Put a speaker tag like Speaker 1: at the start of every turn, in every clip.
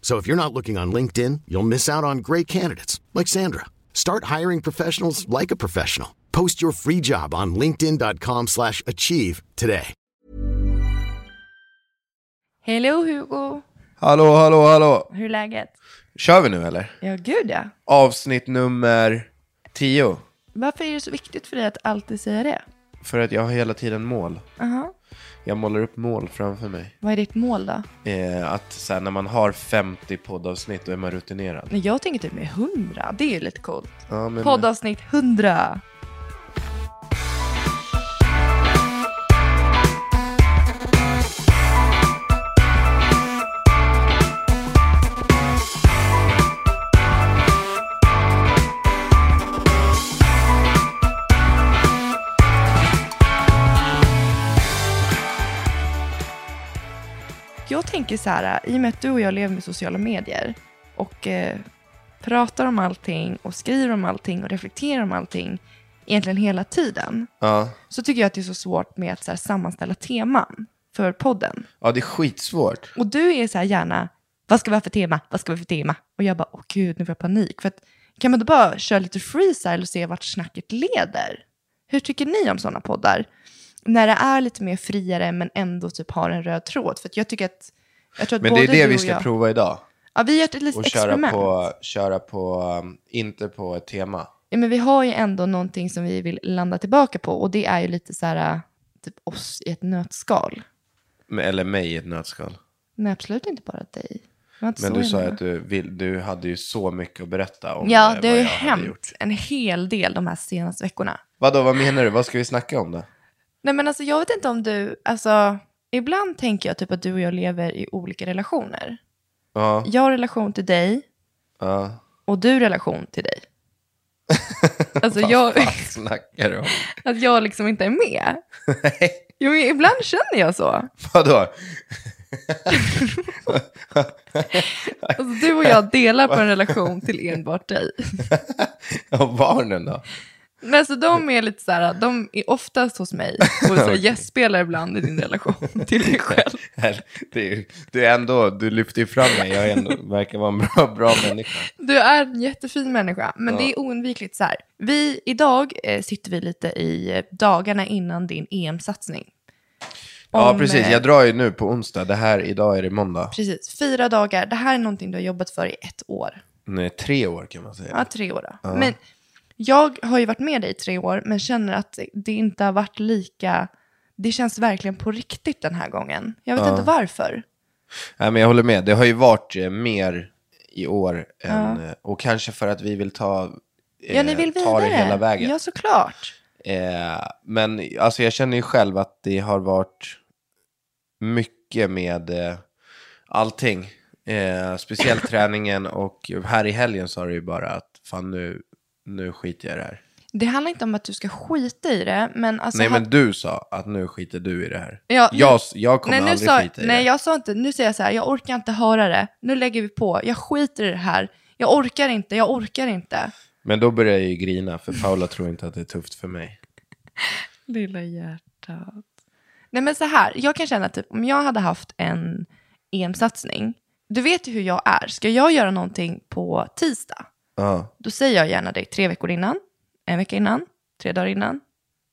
Speaker 1: So if you're not looking on LinkedIn, you'll miss out on great candidates like Sandra. Start hiring professionals like a professional. Post your free job on linkedin.com slash achieve today.
Speaker 2: Hello Hugo!
Speaker 3: Hallå, hallå, hallå!
Speaker 2: Hur är läget?
Speaker 3: Kör vi nu eller?
Speaker 2: Ja, gud ja.
Speaker 3: Avsnitt nummer 10.
Speaker 2: Varför är det så viktigt för dig att alltid säga det?
Speaker 3: För att jag har hela tiden mål.
Speaker 2: Aha.
Speaker 3: Jag målar upp mål framför mig.
Speaker 2: Vad är ditt mål då?
Speaker 3: Eh, att så här, när man har 50 poddavsnitt då är man rutinerad.
Speaker 2: Men jag tänker typ med 100. Det är ju lite coolt.
Speaker 3: Ja, men,
Speaker 2: Poddavsnitt 100. Jag tänker så här, i och med att du och jag lever med sociala medier och eh, pratar om allting och skriver om allting och reflekterar om allting egentligen hela tiden,
Speaker 3: ja.
Speaker 2: så tycker jag att det är så svårt med att så här, sammanställa teman för podden.
Speaker 3: ja, det är skitsvårt.
Speaker 2: Och du är så här gärna, vad ska vi ha för tema, vad ska vi ha för tema? Och jag bara, åh gud, nu får jag panik. För att, kan man då bara köra lite freestyle och se vart snacket leder? Hur tycker ni om sådana poddar? När det är lite mer friare men ändå typ har en röd tråd. För att jag tycker att, jag tror att
Speaker 3: Men det
Speaker 2: både
Speaker 3: är det
Speaker 2: du
Speaker 3: vi
Speaker 2: och
Speaker 3: ska
Speaker 2: jag,
Speaker 3: prova idag.
Speaker 2: Ja, vi gör ett litet
Speaker 3: Och köra
Speaker 2: experiment.
Speaker 3: på, köra på, um, inte på ett tema.
Speaker 2: Ja, men vi har ju ändå någonting som vi vill landa tillbaka på och det är ju lite så här, äh, typ oss i ett nötskal.
Speaker 3: Men- Eller mig i ett nötskal.
Speaker 2: Men absolut inte bara dig. Det var inte
Speaker 3: Men
Speaker 2: så
Speaker 3: du
Speaker 2: jag
Speaker 3: sa ju
Speaker 2: menade.
Speaker 3: att du, vill, du hade ju så mycket att berätta om eh,
Speaker 2: Ja, det
Speaker 3: vad
Speaker 2: har ju
Speaker 3: jag hade
Speaker 2: hänt
Speaker 3: gjort.
Speaker 2: en hel del de här senaste veckorna.
Speaker 3: Vadå, vad menar du? Vad ska vi snacka om då?
Speaker 2: Nej men alltså jag vet inte om du, alltså ibland tänker jag typ att du och jag lever i olika relationer.
Speaker 3: Ja,
Speaker 2: Jag har relation till dig
Speaker 3: ja.
Speaker 2: och du relation till dig. Alltså jag,
Speaker 3: Vad fan snackar du om?
Speaker 2: att jag liksom inte är med. Jo men ibland känner jag så.
Speaker 3: Vadå?
Speaker 2: Alltså du och jag delar på en relation till enbart dig.
Speaker 3: Och barnen då?
Speaker 2: Men alltså de är lite så här, de är oftast hos mig och så gästspelar ibland i din relation till dig själv.
Speaker 3: Här, Det är, ju- det är ändå, du lyfter ju fram mig, jag är ändå, verkar vara en bra, bra människa.
Speaker 2: Du är en jättefin människa, men
Speaker 3: Ja.
Speaker 2: det är oundvikligt så här. Vi, idag eh, sitter vi lite i eh, dagarna innan din EM-satsning.
Speaker 3: Ja,
Speaker 2: Om,
Speaker 3: precis,
Speaker 2: eh,
Speaker 3: jag drar ju nu på onsdag, det här, idag är det måndag.
Speaker 2: Precis, fyra dagar. Det här är någonting du har jobbat för i ett år.
Speaker 3: Nej, tre år kan man säga.
Speaker 2: Ja, tre år då. Men jag har ju varit med dig i tre år, men känner att det inte har varit lika... Det känns verkligen på riktigt den här gången. Jag vet inte varför.
Speaker 3: Nej, men jag håller med, det har ju varit eh, mer i år än, eh, och kanske för att vi vill ta, eh,
Speaker 2: Ja, ni vill
Speaker 3: ta
Speaker 2: vidare.
Speaker 3: det hela vägen.
Speaker 2: Ja, såklart.
Speaker 3: Eh, men alltså jag känner ju själv att det har varit mycket med eh, allting. Eh, speciellt träningen och här i helgen sa du ju bara att fan nu, nu skiter jag i det här.
Speaker 2: Det handlar inte om att du ska skita i det, men alltså...
Speaker 3: nej
Speaker 2: hade-
Speaker 3: men du sa att nu skiter du i det här.
Speaker 2: Ja,
Speaker 3: jag,
Speaker 2: nu-
Speaker 3: jag kommer
Speaker 2: nej, nu
Speaker 3: aldrig
Speaker 2: sa,
Speaker 3: skita i
Speaker 2: nej,
Speaker 3: det.
Speaker 2: jag sa inte, nu säger jag så här, jag orkar inte höra det, nu lägger vi på, jag skiter i det här, jag orkar inte, jag orkar inte.
Speaker 3: Men då börjar jag ju grina för Paula tror inte att det är tufft för mig.
Speaker 2: Lilla hjärtat. Nej men så här, jag kan känna typ om jag hade haft en EM-satsning. Du vet ju hur jag är. Ska jag göra någonting på tisdag,
Speaker 3: Ja.
Speaker 2: då säger jag gärna dig tre veckor innan, en vecka innan, tre dagar innan.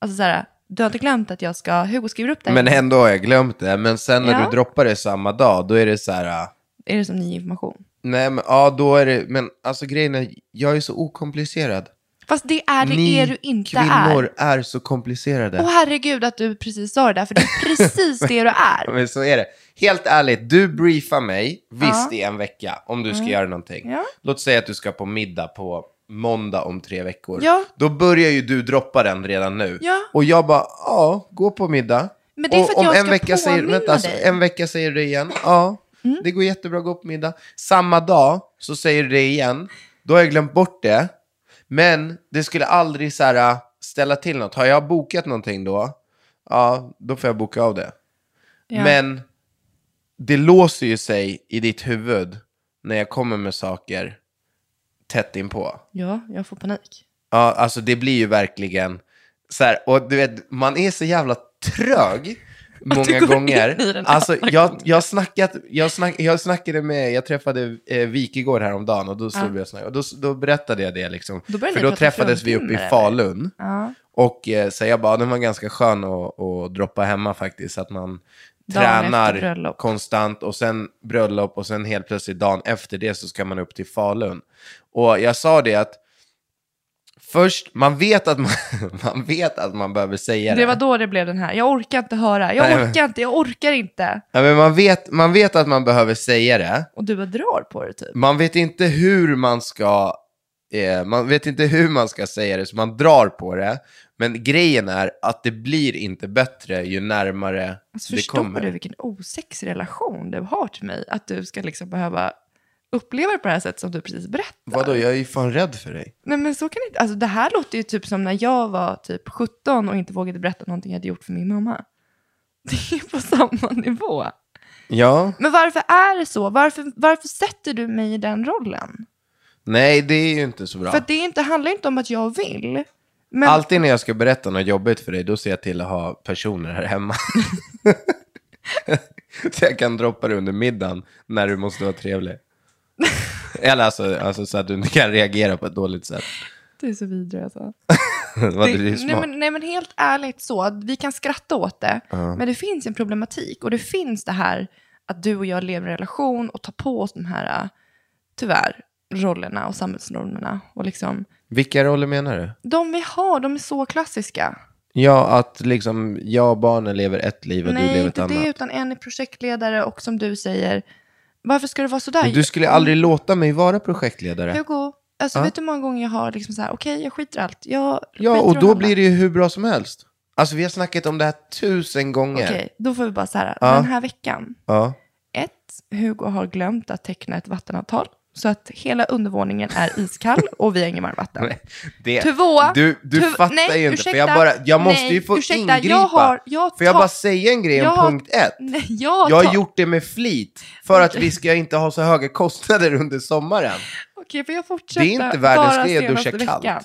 Speaker 2: Alltså så här, du har inte glömt att jag ska, Hugo skriver upp det. här.
Speaker 3: Men ändå har jag glömt det. Men sen när
Speaker 2: Ja.
Speaker 3: du droppar det samma dag, då är det så här... ah,
Speaker 2: Är det som ny information?
Speaker 3: Nej, men ja, då är det... Men alltså grejen är, jag är så okomplicerad.
Speaker 2: Fast det är det
Speaker 3: Ni
Speaker 2: är du inte är.
Speaker 3: kvinnor är, så komplicerade.
Speaker 2: Åh herregud att du precis sa det där, för det är precis det du är.
Speaker 3: Men så är det. Helt ärligt, du briefar mig, visst
Speaker 2: Ja. Mm.
Speaker 3: i en vecka, om du ska göra någonting.
Speaker 2: Ja.
Speaker 3: Låt säga att du ska på middag på måndag om tre veckor.
Speaker 2: Ja.
Speaker 3: Då börjar ju du droppa den redan nu.
Speaker 2: Ja.
Speaker 3: Och jag bara, ja, gå på middag.
Speaker 2: Men det är för att
Speaker 3: och om
Speaker 2: jag
Speaker 3: en
Speaker 2: ska
Speaker 3: vecka säger,
Speaker 2: påminna
Speaker 3: vänta, alltså,
Speaker 2: dig. Mm.
Speaker 3: En vecka säger du det igen, ja, det går jättebra att gå på middag. Samma dag så säger du det igen, då har jag glömt bort det. Men det skulle aldrig så här, äh, ställa till något. Har jag bokat någonting då, ja, då får jag boka av det.
Speaker 2: Ja.
Speaker 3: Men det låser ju sig i ditt huvud när jag kommer med saker tätt inpå.
Speaker 2: Ja, jag får panik.
Speaker 3: Ja, alltså det blir ju verkligen så här, och du vet, man är så jävla trög många
Speaker 2: går
Speaker 3: gånger.
Speaker 2: in i den
Speaker 3: Alltså
Speaker 2: andra
Speaker 3: jag,
Speaker 2: gången.
Speaker 3: jag, snackat, jag, snack, jag snackade med, jag träffade eh, Wikegård häromdagen och då stod vi och snackade, och då, då berättade jag det liksom.
Speaker 2: Då började
Speaker 3: För
Speaker 2: ni
Speaker 3: då
Speaker 2: prata
Speaker 3: träffades vi uppe i
Speaker 2: fruntimmer,
Speaker 3: Falun.
Speaker 2: Ja.
Speaker 3: Och eh, så jag bara, den var ganska skön att, att droppa hemma faktiskt. Så att man
Speaker 2: Dagen efter
Speaker 3: tränar
Speaker 2: bröllop.
Speaker 3: konstant och sen bröllop och sen helt plötsligt dagen efter det så ska man upp till Falun. Och jag sa det att först, man vet att man, man, vet att man behöver säga det.
Speaker 2: Det var då det blev den här, jag orkar inte höra, jag
Speaker 3: Nej, men-
Speaker 2: orkar inte, jag orkar inte.
Speaker 3: ja, men man, vet, man vet att man behöver säga det.
Speaker 2: Och du bara drar på det typ.
Speaker 3: Man vet inte hur man ska eh, man vet inte hur man ska säga det, så man drar på det. Men grejen är att det blir inte bättre ju närmare
Speaker 2: Alltså,
Speaker 3: det
Speaker 2: förstår
Speaker 3: kommer.
Speaker 2: du vilken osexig relation du har till mig? Att du ska liksom behöva uppleva det på det här sättet som du precis berättar.
Speaker 3: Vadå, jag är ju fan rädd för dig.
Speaker 2: Nej men så kan det inte, alltså det här låter ju typ som när jag var typ 17 och inte vågade berätta någonting jag hade gjort för min mamma. Det är på samma nivå.
Speaker 3: Ja.
Speaker 2: Men varför är det så? Varför, varför sätter du mig i den rollen?
Speaker 3: Nej, det är ju inte så bra.
Speaker 2: För att det är inte, handlar inte om att jag vill. Men
Speaker 3: Alltid när jag ska berätta något jobbigt för dig, då ser jag till att ha personer här hemma. så jag kan droppa det under middagen när du måste vara trevlig. Eller alltså, alltså så att du inte kan reagera på ett dåligt sätt.
Speaker 2: det är så vidrig alltså.
Speaker 3: Vad
Speaker 2: Det-
Speaker 3: du är
Speaker 2: nej,
Speaker 3: smart.
Speaker 2: men, nej men helt ärligt så, vi kan skratta åt det, men det finns en problematik och det finns det här att du och jag lever i en relation och tar på oss de här, äh, tyvärr, rollerna och samhällsnormerna. Och liksom,
Speaker 3: Vilka roller menar du?
Speaker 2: de vi har, de är så klassiska.
Speaker 3: Ja, att liksom jag och barnen lever ett liv och du
Speaker 2: nej,
Speaker 3: lever ett
Speaker 2: inte
Speaker 3: annat.
Speaker 2: det, utan en är projektledare och som du säger, varför ska det vara sådär?
Speaker 3: Men du skulle aldrig låta mig vara projektledare.
Speaker 2: Hugo, alltså
Speaker 3: Ja.
Speaker 2: vet du hur många gånger jag har liksom så här, okej, jag skiter i allt. Jag
Speaker 3: Ja, och då blir det ju hur bra som helst. Alltså vi har snackat om det här tusen gånger.
Speaker 2: Okej, då får vi bara så här,
Speaker 3: Ja.
Speaker 2: den här veckan,
Speaker 3: Ja.
Speaker 2: Ett, Hugo har glömt att teckna ett vattenavtal. Så att hela undervåningen är iskall och vi har inget varmvatten.
Speaker 3: Det,
Speaker 2: Två,
Speaker 3: du du
Speaker 2: tu-
Speaker 3: fattar
Speaker 2: nej,
Speaker 3: ju inte, för jag,
Speaker 2: ursäkta,
Speaker 3: bara, jag måste
Speaker 2: nej,
Speaker 3: ju få
Speaker 2: ursäkta, jag
Speaker 3: ingripa.
Speaker 2: har- jag
Speaker 3: Får jag
Speaker 2: tar-
Speaker 3: bara säga en grej om
Speaker 2: jag har-
Speaker 3: punkt ett?
Speaker 2: Nej, jag,
Speaker 3: Jag
Speaker 2: tar-
Speaker 3: har gjort det med flit, för att vi ska inte ha så höga kostnader under sommaren.
Speaker 2: Okej, får jag fortsätta?
Speaker 3: Det är inte världens
Speaker 2: bara
Speaker 3: grej att
Speaker 2: senaste
Speaker 3: duscha kallt.
Speaker 2: veckan?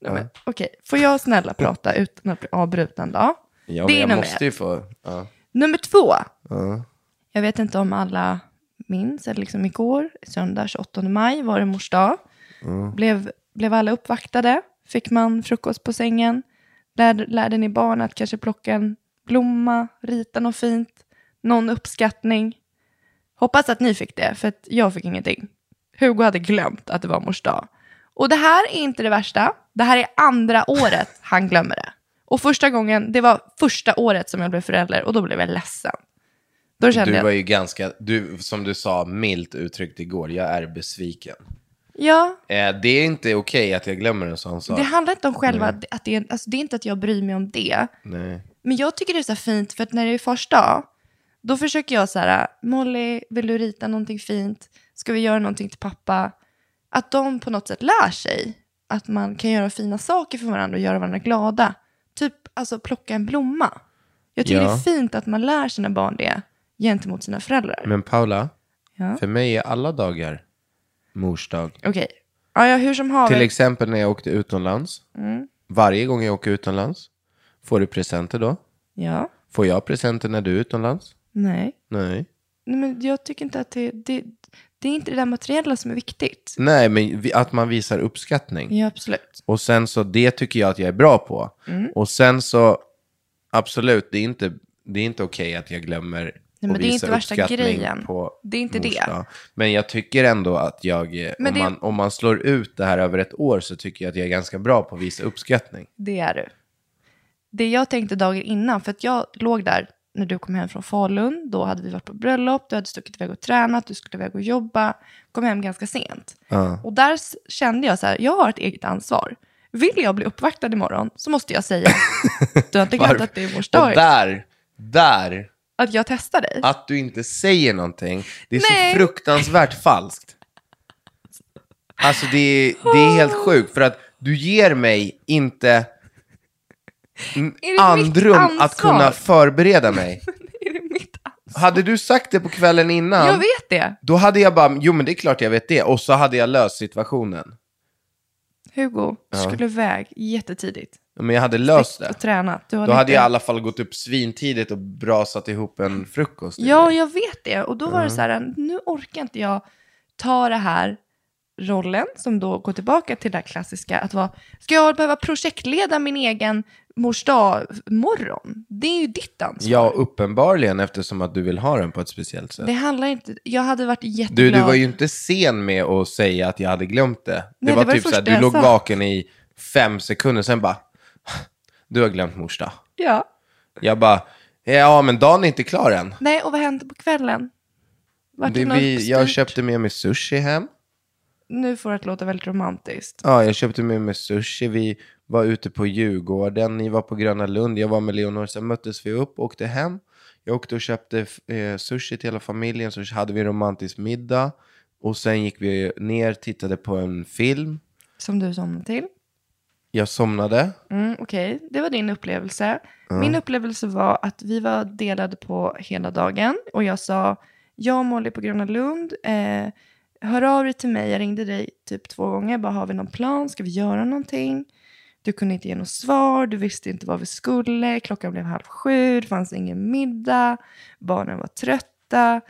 Speaker 2: Nej, men,
Speaker 3: Ja.
Speaker 2: Okej, får jag snälla prata utan att bli avbruten då?
Speaker 3: Ja,
Speaker 2: Det är
Speaker 3: jag
Speaker 2: nummer
Speaker 3: måste ju få... Ja.
Speaker 2: Nummer två.
Speaker 3: Ja.
Speaker 2: Jag vet inte om alla minns, eller liksom igår, söndag 28 maj var det mors dag. Blev, blev alla uppvaktade? Fick man frukost på sängen? Lärde, lärde ni barn att kanske plocka en blomma, rita något fint, någon uppskattning? Hoppas att ni fick det, för att jag fick ingenting. Hugo hade glömt att det var mors dag. Och det här är inte det värsta. Det här är andra året han glömmer det. Och första gången, det var första året som jag blev förälder och då blev jag ledsen. Då kände
Speaker 3: Du
Speaker 2: jag,
Speaker 3: var ju ganska, du, som du sa milt uttryckt igår, jag är besviken.
Speaker 2: ja,
Speaker 3: Eh, det är inte okej att jag glömmer en sån sak.
Speaker 2: det handlar inte om själva, att det, är, alltså det är inte att jag bryr mig om det.
Speaker 3: Nej.
Speaker 2: Men jag tycker det är så här fint, för att när det är fars dag, då försöker jag så här, Molly, vill du rita någonting fint? Ska vi göra någonting till pappa? Att de på något sätt lär sig att man kan göra fina saker för varandra och göra varandra glada. Typ alltså plocka en blomma. Jag tycker
Speaker 3: Ja.
Speaker 2: det är fint att man lär sina barn det gentemot sina föräldrar.
Speaker 3: Men Paula,
Speaker 2: Ja.
Speaker 3: för mig är alla dagar mors dag.
Speaker 2: Okej, ja, Mm. ja, hur som
Speaker 3: Till
Speaker 2: haver.
Speaker 3: exempel när jag åkte utomlands. Varje gång jag åker utomlands. Får du presenter då?
Speaker 2: Ja,
Speaker 3: Får jag presenter när du är utomlands?
Speaker 2: nej.
Speaker 3: Nej.
Speaker 2: nej men jag tycker inte att det, det, det är inte det där materiella som är viktigt.
Speaker 3: Nej, men vi- att man visar uppskattning.
Speaker 2: Ja, absolut.
Speaker 3: Och sen så, det tycker jag att jag är bra på.
Speaker 2: Mm.
Speaker 3: Och sen så, absolut, det är inte, det är inte okej att jag glömmer
Speaker 2: men
Speaker 3: att
Speaker 2: det är
Speaker 3: visa
Speaker 2: inte värsta
Speaker 3: uppskattning
Speaker 2: grejen.
Speaker 3: på
Speaker 2: Det är inte det.
Speaker 3: morsdag. Men jag tycker ändå att jag, eh, om,
Speaker 2: Men det-
Speaker 3: man, om man slår ut det här över ett år så tycker jag att jag är ganska bra på att visa uppskattning.
Speaker 2: Det är du. Det jag tänkte dagen innan, för att jag låg där när du kom hem från Falun, då hade vi varit på bröllop, du hade stuckit iväg och tränat, du skulle iväg och jobba, kom hem ganska sent. Och där s- kände jag så här, jag har ett eget ansvar. Vill jag bli uppvaktad imorgon så måste jag säga, du har inte glömt
Speaker 3: Varför-
Speaker 2: att det är vår
Speaker 3: Och
Speaker 2: dag,
Speaker 3: där, där,
Speaker 2: att jag testar dig.
Speaker 3: att du inte säger någonting, det är
Speaker 2: Nej.
Speaker 3: så fruktansvärt falskt. Alltså det är, det är helt sjukt, för att du ger mig inte n-
Speaker 2: det mitt
Speaker 3: andrum att
Speaker 2: ansvar?
Speaker 3: kunna förbereda mig.
Speaker 2: Är det mitt ansvar?
Speaker 3: Hade du sagt det på kvällen innan,
Speaker 2: Jag vet det.
Speaker 3: då hade jag bara, jo men det är klart jag vet det, och så hade jag löst situationen.
Speaker 2: Hugo skulle iväg jättetidigt.
Speaker 3: Men jag hade löst det.
Speaker 2: Och tränat. Du
Speaker 3: Då hade
Speaker 2: inte-
Speaker 3: jag i alla fall gått upp svintidigt och brasat ihop en frukost. till
Speaker 2: Ja,
Speaker 3: dig.
Speaker 2: jag vet det. Och då var det så här, nu orkar inte jag ta det här rollen som då går tillbaka till det här klassiska att vara, ska jag behöva projektleda min egen mors dag-morgon? Det är ju ditt ansvar.
Speaker 3: Ja, uppenbarligen eftersom att du vill ha den på ett speciellt sätt.
Speaker 2: Det handlar inte, jag hade varit jätteglad.
Speaker 3: Du, du var ju inte sen med att säga att jag hade glömt det. Det
Speaker 2: Nej,
Speaker 3: var,
Speaker 2: det var det
Speaker 3: typ så här,
Speaker 2: första
Speaker 3: du
Speaker 2: jag
Speaker 3: låg
Speaker 2: sa.
Speaker 3: vaken i fem sekunder, sen bara, du har glömt morsdag.
Speaker 2: Ja.
Speaker 3: Jag bara, ja men dagen är inte klar än.
Speaker 2: Nej, och vad hände på kvällen? Vart
Speaker 3: Det,
Speaker 2: något
Speaker 3: vi, jag
Speaker 2: styrt?
Speaker 3: köpte med mig sushi hem.
Speaker 2: Nu får det att låta väldigt romantiskt.
Speaker 3: Ja, jag köpte med mig sushi. Vi var ute på Djurgården, ni var på Gröna Lund, jag var med Leonor. Sen möttes vi upp och åkte hem. Jag åkte och köpte eh, sushi till hela familjen, så hade vi en romantisk middag. Och sen gick vi ner, tittade på en film.
Speaker 2: Som du somnade till.
Speaker 3: Jag somnade.
Speaker 2: Mm, Okej, det var din upplevelse. Min upplevelse var att vi var delade på hela dagen och jag sa, jag och Molly på Gröna Lund, eh, hör av dig till mig, jag ringde dig typ två gånger, bara har vi någon plan, ska vi göra någonting? Du kunde inte ge något svar, du visste inte vad vi skulle, klockan blev halv sju, det fanns ingen middag, barnen var trötta,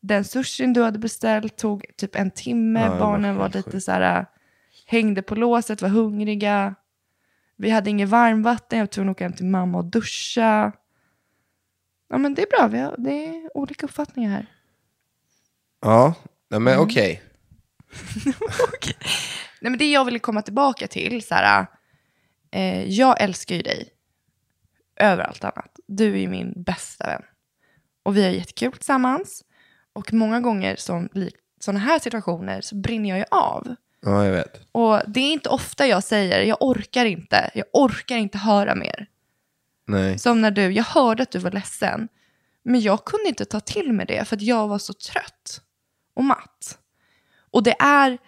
Speaker 2: den sushin du hade beställt tog typ en timme,
Speaker 3: Ja, det var
Speaker 2: barnen var
Speaker 3: helt
Speaker 2: lite
Speaker 3: sjukt.
Speaker 2: så här, eh, hängde på låset, var hungriga. Vi hade inget varmvatten, jag var tvungen att åka hem till mamma och duscha. Ja men det är bra, vi har, det är olika uppfattningar här.
Speaker 3: Ja, nej, men
Speaker 2: Mm.
Speaker 3: okej.
Speaker 2: Nej men det jag ville komma tillbaka till, så här, eh, jag älskar ju dig över allt annat. Du är ju min bästa vän. Och vi har jättekul tillsammans. Och många gånger som likt sådana här situationer så brinner jag ju av.
Speaker 3: Ja, jag vet.
Speaker 2: Och det är inte ofta jag säger, jag orkar inte, jag orkar inte höra mer.
Speaker 3: Nej.
Speaker 2: Som när du, jag hörde att du var ledsen, men jag kunde inte ta till mig det för att jag var så trött och matt. Och det är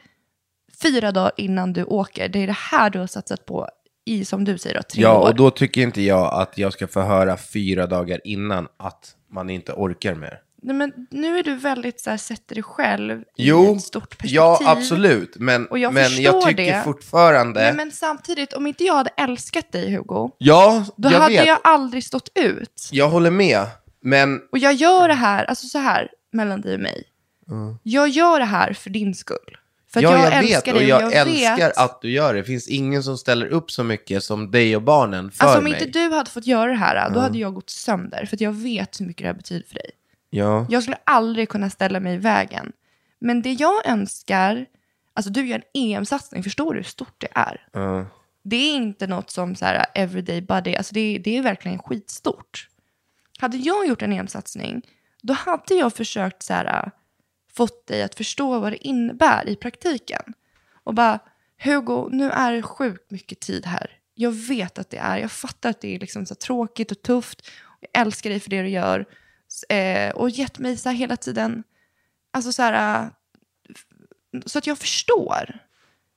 Speaker 2: fyra dagar innan du åker, det är det här du har satsat på i, som du säger, då, tre
Speaker 3: Ja,
Speaker 2: år.
Speaker 3: och då tycker inte jag att jag ska få höra fyra dagar innan att man inte orkar mer.
Speaker 2: Nej, men nu är du väldigt så här, sätter dig själv i
Speaker 3: Jo,
Speaker 2: ett stort perspektiv.
Speaker 3: ja absolut. Men,
Speaker 2: Och jag
Speaker 3: men jag
Speaker 2: förstår
Speaker 3: tycker
Speaker 2: det.
Speaker 3: fortfarande...
Speaker 2: Nej, men samtidigt, om inte jag hade älskat dig, Hugo,
Speaker 3: Ja,
Speaker 2: då
Speaker 3: jag
Speaker 2: hade
Speaker 3: vet.
Speaker 2: jag
Speaker 3: Jag...
Speaker 2: aldrig stått ut.
Speaker 3: håller med. Men
Speaker 2: Och jag gör det här, alltså så här, mellan dig och mig. Jag gör det här för din skull. För att
Speaker 3: Mm. ja,
Speaker 2: jag,
Speaker 3: jag, vet
Speaker 2: älskar
Speaker 3: och
Speaker 2: dig
Speaker 3: jag,
Speaker 2: och jag
Speaker 3: älskar
Speaker 2: vet.
Speaker 3: att du gör det. Det finns ingen som ställer upp så mycket som dig och barnen för
Speaker 2: alltså om
Speaker 3: mig. Mm.
Speaker 2: inte du hade fått göra det här, då hade jag gått sönder. För att jag vet hur mycket det här betyder för dig.
Speaker 3: Ja.
Speaker 2: Jag skulle aldrig kunna ställa mig i vägen. Men det jag önskar, alltså du gör en EM-satsning, förstår du hur stort det är?
Speaker 3: Ja.
Speaker 2: Det är inte något som så här everyday buddy, alltså det, är- det är verkligen skitstort. Hade jag gjort en EM-satsning, då hade jag försökt så här, fått dig att förstå vad det innebär i praktiken. Och bara, Hugo, nu är det sjukt mycket tid här. Jag vet att det är, jag fattar att det är liksom så här tråkigt och tufft. Jag älskar dig för det du gör. S- Eh, och gett mig så här hela tiden, alltså så här, eh, f- så att jag förstår.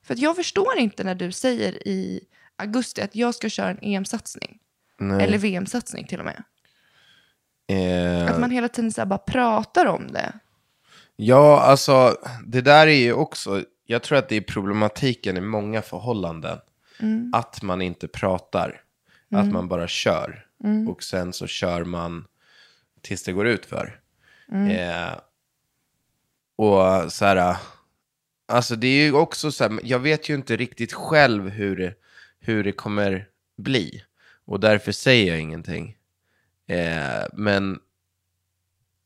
Speaker 2: För att jag förstår inte när du säger i augusti att jag ska köra en EM-satsning.
Speaker 3: Nej.
Speaker 2: Eller VM-satsning till och med.
Speaker 3: Eh,
Speaker 2: Att man hela tiden så här bara pratar om det.
Speaker 3: Ja, alltså det där är ju också, jag tror att det är problematiken i många förhållanden. Att man inte pratar. Att man bara kör. Och sen så kör man tills det går ut för. Eh, och så här, alltså det är ju också så här, jag vet ju inte riktigt själv hur det, hur det kommer bli. Och därför säger jag ingenting. Eh, men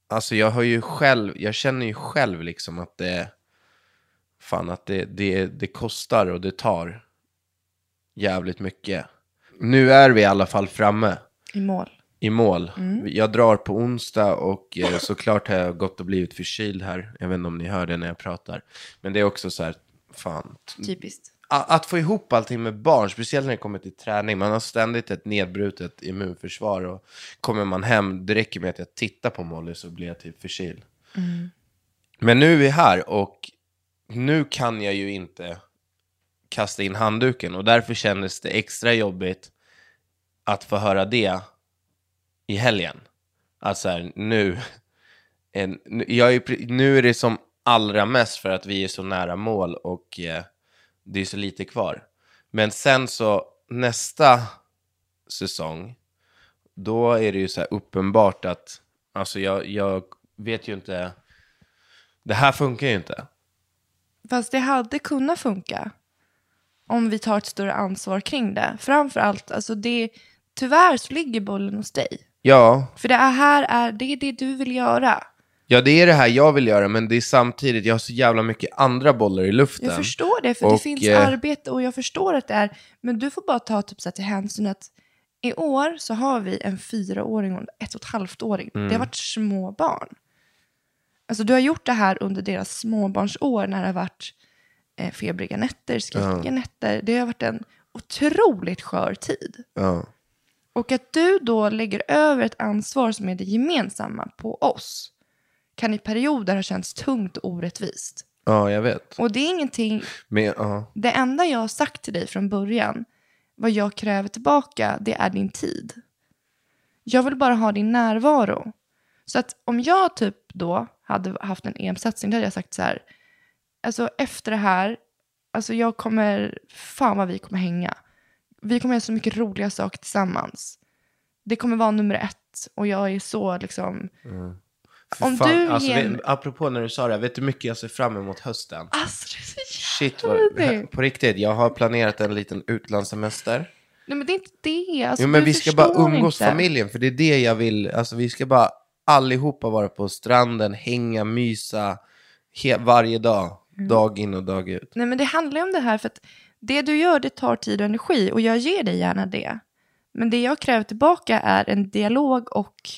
Speaker 3: alltså jag har ju själv, jag känner ju själv liksom att det, fan att det, det, det kostar och det tar jävligt mycket. Nu är vi i alla fall framme
Speaker 2: I mål.
Speaker 3: i mål. Jag drar på onsdag och eh, såklart har jag gått och blivit förkyld här. Jag vet inte om ni hör det när jag pratar. Men det är också så här, fan.
Speaker 2: Typiskt.
Speaker 3: A- Att få ihop allting med barn, speciellt när det kommer till träning. Man har ständigt ett nedbrutet immunförsvar och kommer man hem, det räcker med att jag tittar på Molly så blir jag typ förkyld. Men nu är vi här och nu kan jag ju inte kasta in handduken och därför kändes det extra jobbigt att få höra det i helgen. Att så här, nu, en, nu- jag är, pre- nu är det som allra mest för att vi är så nära mål och eh, det är så lite kvar. Men sen så nästa säsong, då är det ju så här uppenbart att, alltså jag, jag vet ju inte, det här funkar ju inte.
Speaker 2: Fast det hade kunnat funka om vi tar ett större ansvar kring det. Framförallt, alltså det, tyvärr så ligger bollen hos dig.
Speaker 3: Ja,
Speaker 2: För det här är det, är det du vill göra.
Speaker 3: ja det är det här jag vill göra, men det är samtidigt, jag har så jävla mycket andra bollar i luften.
Speaker 2: Jag förstår det, för
Speaker 3: Och,
Speaker 2: det finns
Speaker 3: eh,
Speaker 2: arbete och jag förstår att det är, men du får bara ta typ så här till hänsyn att i år så har vi en fyraåring och en ett och ett halvt-åring. Det
Speaker 3: Mm.
Speaker 2: har varit små barn. Alltså du har gjort det här under deras småbarnsår när det har varit eh, febriga nätter, skrikiga nätter. Det har varit en otroligt skör tid.
Speaker 3: Ja.
Speaker 2: Och att du då lägger över ett ansvar som är det gemensamma på oss kan i perioder ha känts tungt och orättvist.
Speaker 3: ja, jag vet.
Speaker 2: Och det är ingenting
Speaker 3: Men, ja.
Speaker 2: det enda jag har sagt till dig från början, vad jag kräver tillbaka, det är din tid. Jag vill bara ha din närvaro. Så att om jag typ då hade haft en EM-satsning, då hade jag sagt så här, alltså efter det här, alltså jag kommer, fan vad vi kommer hänga. Vi kommer göra så mycket roliga saker tillsammans. Det kommer vara nummer ett och jag är så liksom,
Speaker 3: För
Speaker 2: Om du
Speaker 3: alltså,
Speaker 2: ger-
Speaker 3: vet, apropå när du sa det, här, vet du hur mycket jag ser fram emot hösten?
Speaker 2: alltså det är så
Speaker 3: Shit,
Speaker 2: jävligt.
Speaker 3: vad, på riktigt, jag har planerat en liten utlandssemester.
Speaker 2: Nej men det är inte det, alltså,
Speaker 3: jo, men
Speaker 2: du
Speaker 3: vi ska bara
Speaker 2: förstår
Speaker 3: umgås
Speaker 2: inte.
Speaker 3: familjen, för det är det jag vill. Alltså, vi ska bara allihopa vara på stranden, hänga, mysa he- varje dag.
Speaker 2: Mm.
Speaker 3: Dag in och dag ut.
Speaker 2: Nej men det handlar ju om det här för att det du gör det tar tid och energi och jag ger dig gärna det. Men det jag kräver tillbaka är en dialog och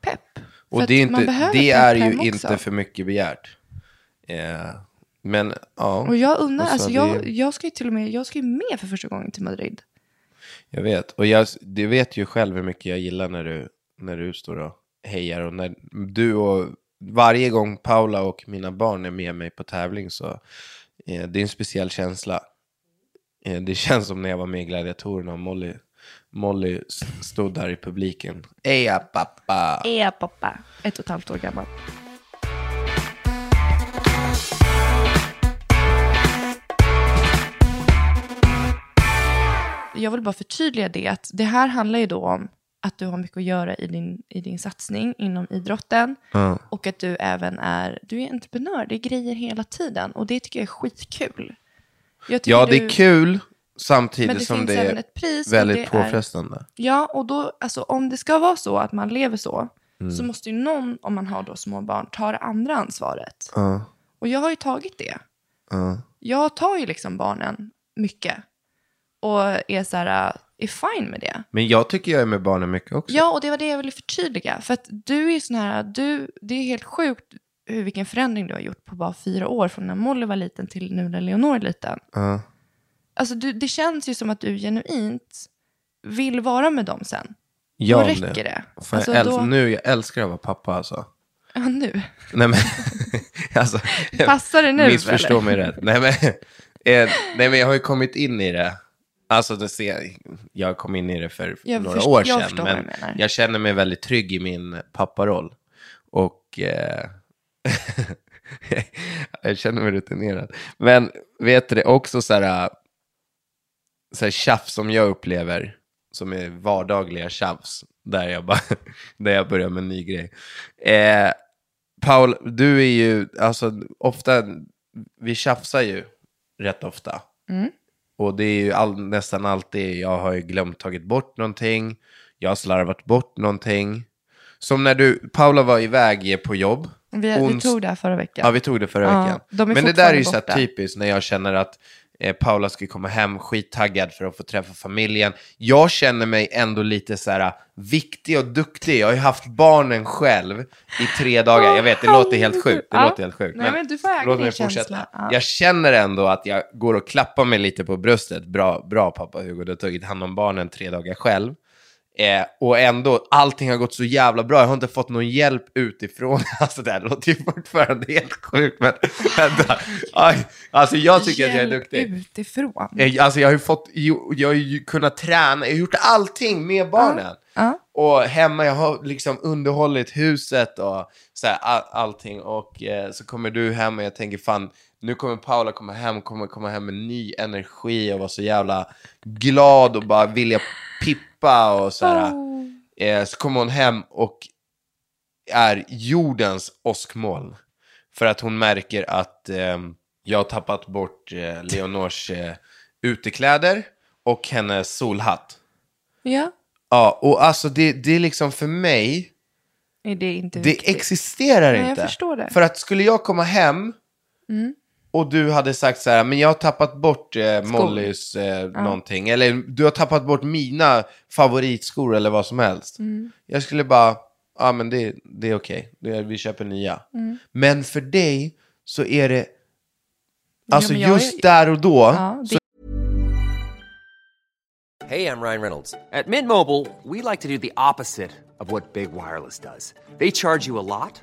Speaker 2: pepp. För
Speaker 3: Och
Speaker 2: att
Speaker 3: det är,
Speaker 2: man
Speaker 3: inte,
Speaker 2: behöver
Speaker 3: det
Speaker 2: pepp
Speaker 3: är ju
Speaker 2: hem också.
Speaker 3: inte för mycket begärt. Eh, men ja,
Speaker 2: Och jag undrar,
Speaker 3: Och så
Speaker 2: alltså
Speaker 3: det-
Speaker 2: jag, jag ska ju till och med, jag ska ju med för första gången till Madrid.
Speaker 3: jag vet. Och jag, du vet ju själv hur mycket jag gillar när du, när du står och hejar. Och när du och varje gång Paula och mina barn är med mig på tävling så eh, det är en speciell känsla. Eh, det känns som när jag var med i Gladiatorerna och Molly, Molly s- stod där i publiken. Eja pappa!
Speaker 2: Är pappa. Ett och ett halvt år gammal. Jag vill bara förtydliga det att det här handlar ju då om att du har mycket att göra i din, i din satsning inom idrotten
Speaker 3: Ja.
Speaker 2: och att du även är, du är entreprenör, det är grejer hela tiden och det tycker jag är skitkul. Jag tycker
Speaker 3: Ja, det är
Speaker 2: du-
Speaker 3: kul
Speaker 2: Men
Speaker 3: samtidigt
Speaker 2: det
Speaker 3: som
Speaker 2: finns
Speaker 3: det
Speaker 2: även
Speaker 3: är
Speaker 2: ett pris och
Speaker 3: väldigt
Speaker 2: det är-
Speaker 3: påfrestande.
Speaker 2: Ja, och då, alltså om det ska vara så att man lever så,
Speaker 3: Mm.
Speaker 2: så måste ju någon, om man har då små barn, ta det andra ansvaret.
Speaker 3: Ja,
Speaker 2: Och jag har ju tagit det.
Speaker 3: ja.
Speaker 2: Jag tar ju liksom barnen mycket och är så här, äh, är fine med det.
Speaker 3: Men jag tycker jag är med barnen mycket också.
Speaker 2: Ja, och det var det jag ville förtydliga. För att du är sån här, du, det är helt sjukt hur, vilken förändring du har gjort på bara fyra år, från när Molly var liten till nu när Leonor är liten.
Speaker 3: Ja.
Speaker 2: Alltså du, det känns ju som att du genuint vill vara med dem sen.
Speaker 3: Ja,
Speaker 2: då räcker det.
Speaker 3: Fan,
Speaker 2: Alltså,
Speaker 3: jag
Speaker 2: då-
Speaker 3: älskar, Nu, jag älskar att vara pappa alltså.
Speaker 2: Ja, nu.
Speaker 3: Nej men, alltså.
Speaker 2: Passar det nu,
Speaker 3: Missförstå
Speaker 2: eller?
Speaker 3: mig rätt. Nej men, eh, nej men jag har ju kommit in i det. Alltså det ser, jag kom in i det för
Speaker 2: Jag
Speaker 3: några
Speaker 2: först-
Speaker 3: år
Speaker 2: jag
Speaker 3: sedan.
Speaker 2: förstår vad
Speaker 3: men
Speaker 2: du menar.
Speaker 3: jag känner mig väldigt trygg i min papparoll. Och eh, jag känner mig rutinerad. Men vet du det, också så här, så här tjafs som jag upplever som är vardagliga tjafs. Där jag, bara, där jag börjar med en ny grej. Eh, Paul, du är ju, alltså ofta, vi tjafsar ju rätt ofta.
Speaker 2: Mm.
Speaker 3: Och det är ju all, nästan alltid, jag har ju glömt tagit bort någonting, jag har slarvat bort någonting. Som när du, Paula var iväg på jobb.
Speaker 2: Vi, vi
Speaker 3: Ons-
Speaker 2: tog det här förra veckan.
Speaker 3: Ja, vi tog det förra
Speaker 2: Ja,
Speaker 3: veckan.
Speaker 2: de är
Speaker 3: Men det där är ju
Speaker 2: fortfarande
Speaker 3: så här
Speaker 2: borta.
Speaker 3: typiskt när jag känner att eh, Paula ska komma hem skittaggad för att få träffa familjen. Jag känner mig ändå lite så här ah, viktig och duktig. Jag har ju haft barnen själv i tre dagar. Jag vet, det låter helt sjukt. Det
Speaker 2: Ja.
Speaker 3: låter helt sjukt.
Speaker 2: Nej, men du får äga
Speaker 3: låt
Speaker 2: din
Speaker 3: mig
Speaker 2: känsla.
Speaker 3: fortsätta.
Speaker 2: Ja.
Speaker 3: Jag känner ändå att jag går och klappar mig lite på bröstet. Bra, bra pappa Hugo, du har tagit hand om barnen tre dagar själv. Eh, och ändå, allting har gått så jävla bra. Jag har inte fått någon hjälp utifrån. Alltså det här låter ju fortfarande helt sjukt, men vänta. Aj, alltså jag tycker att jag är
Speaker 2: Hjälp
Speaker 3: duktig.
Speaker 2: utifrån.
Speaker 3: Eh, Alltså jag har ju fått, jo, jag har ju kunnat träna, jag har gjort allting med barnen.
Speaker 2: Ja.
Speaker 3: Och hemma, jag har liksom underhållit huset och så här, all, allting. Och eh, så kommer du hem och jag tänker fan, nu kommer Paula komma hem, kommer komma hem med ny energi och vara så jävla glad och bara vilja pippa och så här. Eh, så kommer hon hem och är jordens åskmoln. För att hon märker att eh, jag har tappat bort eh, Leonors eh, utekläder och hennes solhatt.
Speaker 2: Ja.
Speaker 3: Ja, och alltså det, det är liksom för mig,
Speaker 2: Nej, det är inte
Speaker 3: det
Speaker 2: viktigt.
Speaker 3: existerar
Speaker 2: Nej, jag
Speaker 3: inte.
Speaker 2: förstår det. Mm.
Speaker 3: För att skulle jag komma hem och du hade sagt så här, men jag har tappat bort eh, Mollys eh, någonting, eller du har tappat bort mina favoritskor eller vad som helst.
Speaker 2: Mm.
Speaker 3: Jag skulle bara, ja ah, men det, det är okej, Det är- vi köper nya.
Speaker 2: Mm.
Speaker 3: Men för dig så är det, alltså
Speaker 2: men jag
Speaker 3: just
Speaker 2: är-
Speaker 3: där och då,
Speaker 2: Ja, det-
Speaker 3: så
Speaker 4: Hey, I'm Ryan Reynolds. At Mint Mobile, we like to do the opposite of what Big Wireless does. They charge you a lot,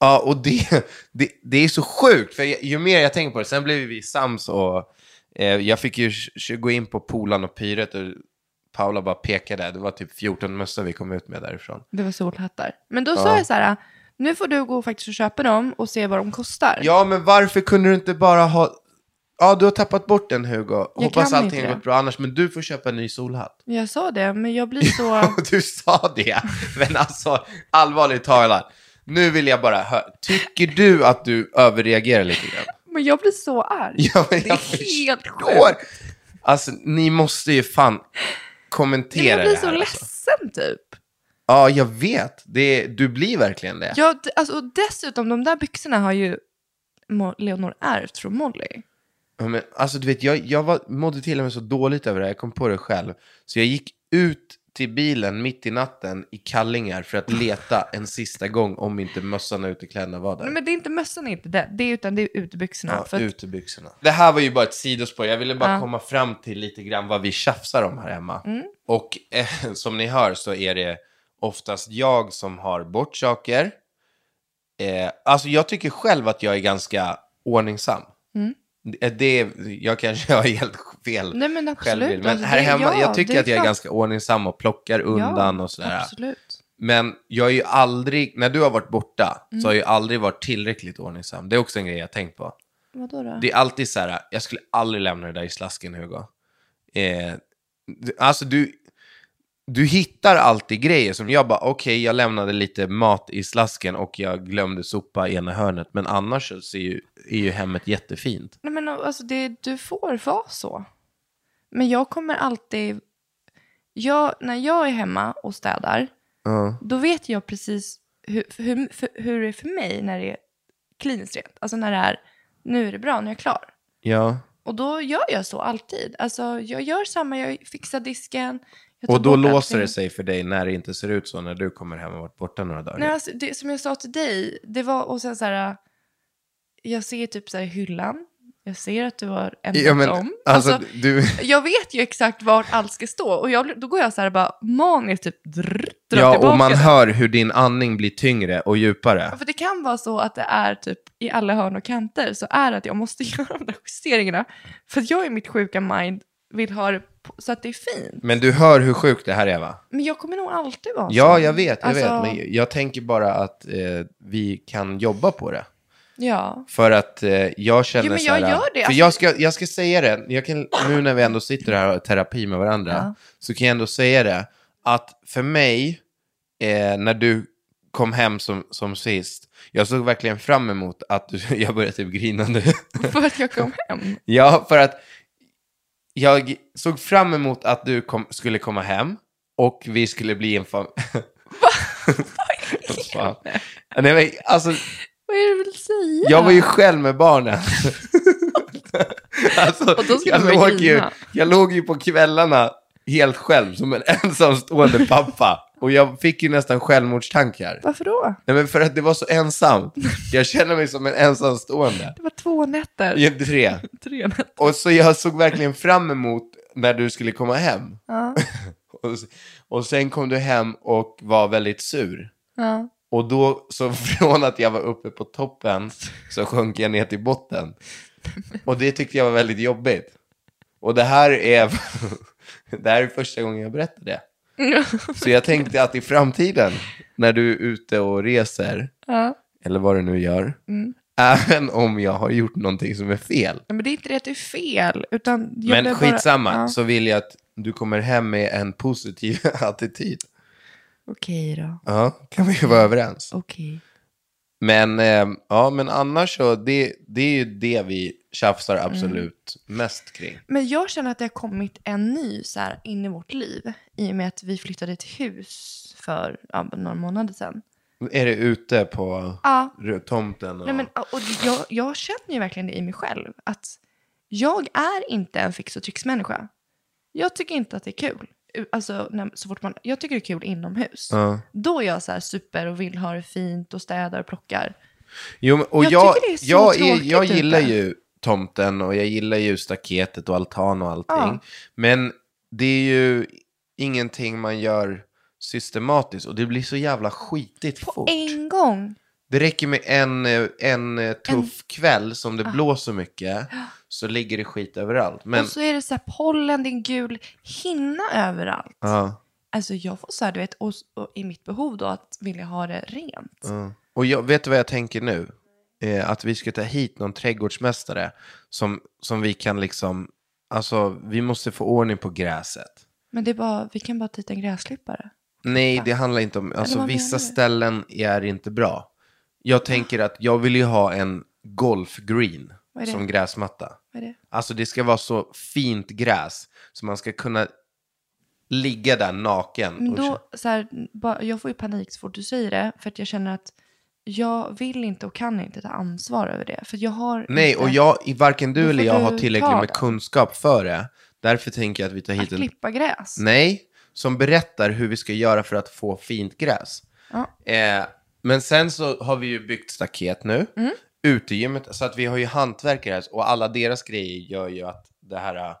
Speaker 3: Ja, och det, det, det är så sjukt, för jag- ju mer jag tänker på det, sen blev vi sams och eh, jag fick ju sh- sh- gå in på polan och pyret och Paula bara pekade, det var typ 14 mössor vi kom ut med därifrån.
Speaker 2: Det var solhattar. Men då sa jag så här, nu får du gå faktiskt och köpa dem och se vad de kostar.
Speaker 3: Ja, men varför kunde du inte bara ha, ja du har tappat bort den Hugo, hoppas
Speaker 2: kan
Speaker 3: allting
Speaker 2: inte
Speaker 3: har
Speaker 2: det.
Speaker 3: gått bra annars, men du får köpa en ny solhatt.
Speaker 2: Jag sa det, men jag blir så...
Speaker 3: Och du sa det, men alltså allvarligt talat, nu vill jag bara höra, tycker du att du överreagerar lite grann?
Speaker 2: Men jag blir så arg.
Speaker 3: Ja, men
Speaker 2: det
Speaker 3: jag
Speaker 2: är helt
Speaker 3: förstår.
Speaker 2: sjukt.
Speaker 3: Alltså, ni måste ju fan
Speaker 2: Nej, men
Speaker 3: kommentera
Speaker 2: Jag blir
Speaker 3: det
Speaker 2: så
Speaker 3: här. Alltså.
Speaker 2: ledsen typ.
Speaker 3: Ja, jag vet. Det, du blir verkligen det.
Speaker 2: Jag, alltså, och dessutom, de där byxorna har ju Mo- Leonor ärvt från Molly.
Speaker 3: Ja, Men, alltså, du vet, jag, jag var, mådde till och med så dåligt över det här. Jag kom på det själv. Så jag gick ut till bilen mitt i natten i kallingar för att leta en sista gång om inte mössan och utekläderna var där.
Speaker 2: Nej, men det är inte mössan, är inte det. Det är utan det är utebyxorna.
Speaker 3: Ja,
Speaker 2: för att,
Speaker 3: utebyxorna. Det här var ju bara ett sidospår. Jag ville bara
Speaker 2: Ja. Mm.
Speaker 3: komma fram till lite grann vad vi tjafsar om här hemma. Och eh, som ni hör så är det oftast jag som har bort saker. Eh, alltså jag tycker själv att jag är ganska ordningsam.
Speaker 2: Mm.
Speaker 3: Det, det, jag kanske har helt fel
Speaker 2: Nej men absolut.
Speaker 3: självbild, men
Speaker 2: alltså,
Speaker 3: här
Speaker 2: det-
Speaker 3: hemma,
Speaker 2: ja,
Speaker 3: jag
Speaker 2: det
Speaker 3: tycker att jag är
Speaker 2: klart.
Speaker 3: ganska ordningsam och plockar undan och sådär.
Speaker 2: Absolut.
Speaker 3: Men jag är ju aldrig, när du har varit borta,
Speaker 2: Mm.
Speaker 3: så har jag ju aldrig varit tillräckligt ordningsam. Det är också en grej jag har tänkt på.
Speaker 2: Vadå då?
Speaker 3: Det är alltid så här, jag skulle aldrig lämna det där i slasken Hugo. Eh, du- alltså du, du hittar alltid grejer som jag bara, okej jag lämnade lite mat i slasken och jag glömde sopa i ena hörnet. Men annars så ser ju, är ju hemmet jättefint.
Speaker 2: Nej men alltså det, du får vara så. Men jag kommer alltid... Jag, när jag är hemma och städar, då vet jag precis hur, hur, för, hur det är för mig när det är kliniskt rent. Alltså när det är, nu är det bra, nu är jag klar.
Speaker 3: Ja.
Speaker 2: Och då gör jag så alltid. Alltså jag gör samma, jag fixar disken. Jag tar
Speaker 3: Och då
Speaker 2: bort
Speaker 3: låser
Speaker 2: allting.
Speaker 3: det sig för dig när det inte ser ut så, när du kommer hem och varit borta några dagar.
Speaker 2: Nej, alltså, det, som jag sa till dig, det var, och sen så här, jag ser typ så här hyllan, jag ser att du har ändrat
Speaker 3: ja, men,
Speaker 2: om.
Speaker 3: alltså,
Speaker 2: Alltså,
Speaker 3: du...
Speaker 2: jag vet ju exakt vart allt ska stå och jag, då går jag så här bara maniskt typ drr, drar
Speaker 3: ja,
Speaker 2: tillbaka.
Speaker 3: och man
Speaker 2: det.
Speaker 3: hör hur din andning blir tyngre och djupare.
Speaker 2: Ja, För det kan vara så att det är typ i alla hörn och kanter så är det att jag måste göra de där justeringarna. För att jag i mitt sjuka mind vill ha det på, så att det är fint.
Speaker 3: Men du hör hur sjukt det här är va?
Speaker 2: Men jag kommer nog alltid vara
Speaker 3: Ja,
Speaker 2: så.
Speaker 3: jag vet, jag
Speaker 2: Alltså,
Speaker 3: vet. Men jag tänker bara att eh, vi kan jobba på det.
Speaker 2: Ja.
Speaker 3: För att eh, jag känner
Speaker 2: Jo, men
Speaker 3: så här,
Speaker 2: jag gör det.
Speaker 3: För
Speaker 2: Alltså-
Speaker 3: jag ska, jag ska säga det, jag kan, nu när vi ändå sitter här och har terapi med varandra, så kan jag ändå säga det, att för mig, eh, när du kom hem som, som sist, jag såg verkligen fram emot att du, jag började typ grina nu.
Speaker 2: För att jag kom hem.
Speaker 3: Ja, för att jag såg fram emot att du kom, skulle komma hem och vi skulle bli en familj. Fan. Nej, men, alltså,
Speaker 2: Vad är det du vill säga?
Speaker 3: jag var ju själv med barnen. alltså,
Speaker 2: Och då skulle
Speaker 3: jag,
Speaker 2: du börja
Speaker 3: låg ju,
Speaker 2: grina.
Speaker 3: jag låg ju på kvällarna helt själv som en ensamstående pappa. Och jag fick ju nästan självmordstankar.
Speaker 2: Varför då?
Speaker 3: Nej, men för att det var så ensamt. Jag känner mig som en ensamstående.
Speaker 2: Det var två nätter.
Speaker 3: I en tre.
Speaker 2: Tre nätter.
Speaker 3: Och så jag såg verkligen fram emot när du skulle komma hem.
Speaker 2: Ja.
Speaker 3: Och, s- och sen kom du hem och var väldigt sur.
Speaker 2: Ja.
Speaker 3: Och då, så från att jag var uppe på toppen så sjönk jag ner till botten. Och det tyckte jag var väldigt jobbigt. Och det här är, det här är första gången jag berättar det. Så jag tänkte att i framtiden, när du är ute och reser,
Speaker 2: ja.
Speaker 3: eller vad du nu gör,
Speaker 2: Mm.
Speaker 3: även om jag har gjort någonting som är fel,
Speaker 2: Men det är inte det att det är fel. Utan jag
Speaker 3: men
Speaker 2: blev
Speaker 3: skitsamma,
Speaker 2: Bara, ja.
Speaker 3: så vill jag att du kommer hem med en positiv attityd.
Speaker 2: Okej då.
Speaker 3: Ja, kan vi ju vara överens.
Speaker 2: Okej.
Speaker 3: Men, eh, ja, men annars så, det, det är ju det vi tjafsar
Speaker 2: Mm.
Speaker 3: absolut mest kring.
Speaker 2: Men jag känner att det har kommit en ny så här, in i vårt liv. I och med att vi flyttade till hus för ja, några månader sedan.
Speaker 3: Är det ute på
Speaker 2: Ja.
Speaker 3: r- tomten? Och...
Speaker 2: Nej, men, och jag, jag känner ju verkligen det i mig själv. Att jag är inte en fix och tricks-människa. Jag tycker inte att det är kul. Alltså, när, så fort man, jag tycker det är kul inomhus.
Speaker 3: Ja.
Speaker 2: Då är jag så här super och vill ha det fint och städar och plockar.
Speaker 3: Jo, men- och
Speaker 2: Jag
Speaker 3: jag, jag,
Speaker 2: tycker det är så
Speaker 3: jag, är- jag
Speaker 2: tråkigt
Speaker 3: gillar
Speaker 2: ute.
Speaker 3: ju tomten och jag gillar ju staketet och altan och allting.
Speaker 2: Ja.
Speaker 3: Men det är ju ingenting man gör systematiskt och det blir så jävla skitigt fort.
Speaker 2: En gång.
Speaker 3: Det räcker med en, eh, en eh, tuff kväll som det blåser mycket så ligger det skit överallt. Men,
Speaker 2: Ah. Och så är det så här pollen, det är en gul hinna överallt.
Speaker 3: ja,
Speaker 2: Alltså jag får så här, du vet, och, och i mitt behov då att vilja ha det rent.
Speaker 3: ja. Och jag, vet du vad jag tänker nu? Eh, att vi ska ta hit någon trädgårdsmästare som, som vi kan liksom, alltså vi måste få ordning på gräset.
Speaker 2: Men det är bara, vi kan bara ta hit en gräsklippare.
Speaker 3: Nej, det handlar inte om, alltså
Speaker 2: vad menar
Speaker 3: vissa
Speaker 2: du?
Speaker 3: ställen är inte bra. Jag tänker att jag vill ju ha en golfgreen
Speaker 2: Vad är det?
Speaker 3: som gräsmatta.
Speaker 2: Vad är det?
Speaker 3: Alltså det ska vara så fint gräs så man ska kunna ligga där naken.
Speaker 2: Men
Speaker 3: och
Speaker 2: då,
Speaker 3: känna-
Speaker 2: så här, bara, jag får ju panik så fort du säger det. För att jag känner att jag vill inte och kan inte ta ansvar över det. För jag har
Speaker 3: Nej,
Speaker 2: inte
Speaker 3: och jag, i- varken
Speaker 2: Då
Speaker 3: du eller
Speaker 2: får
Speaker 3: jag
Speaker 2: du
Speaker 3: har tillräckligt
Speaker 2: ta
Speaker 3: med
Speaker 2: den.
Speaker 3: kunskap för det. Därför tänker jag att vi tar
Speaker 2: att
Speaker 3: hit en...
Speaker 2: klippa gräs.
Speaker 3: Nej, som berättar hur vi ska göra för att få fint gräs.
Speaker 2: Ja.
Speaker 3: Eh, men sen så har vi ju byggt staket nu,
Speaker 2: Mm.
Speaker 3: utegymmet, så att vi har ju hantverkare här och alla deras grejer gör ju att det här eh,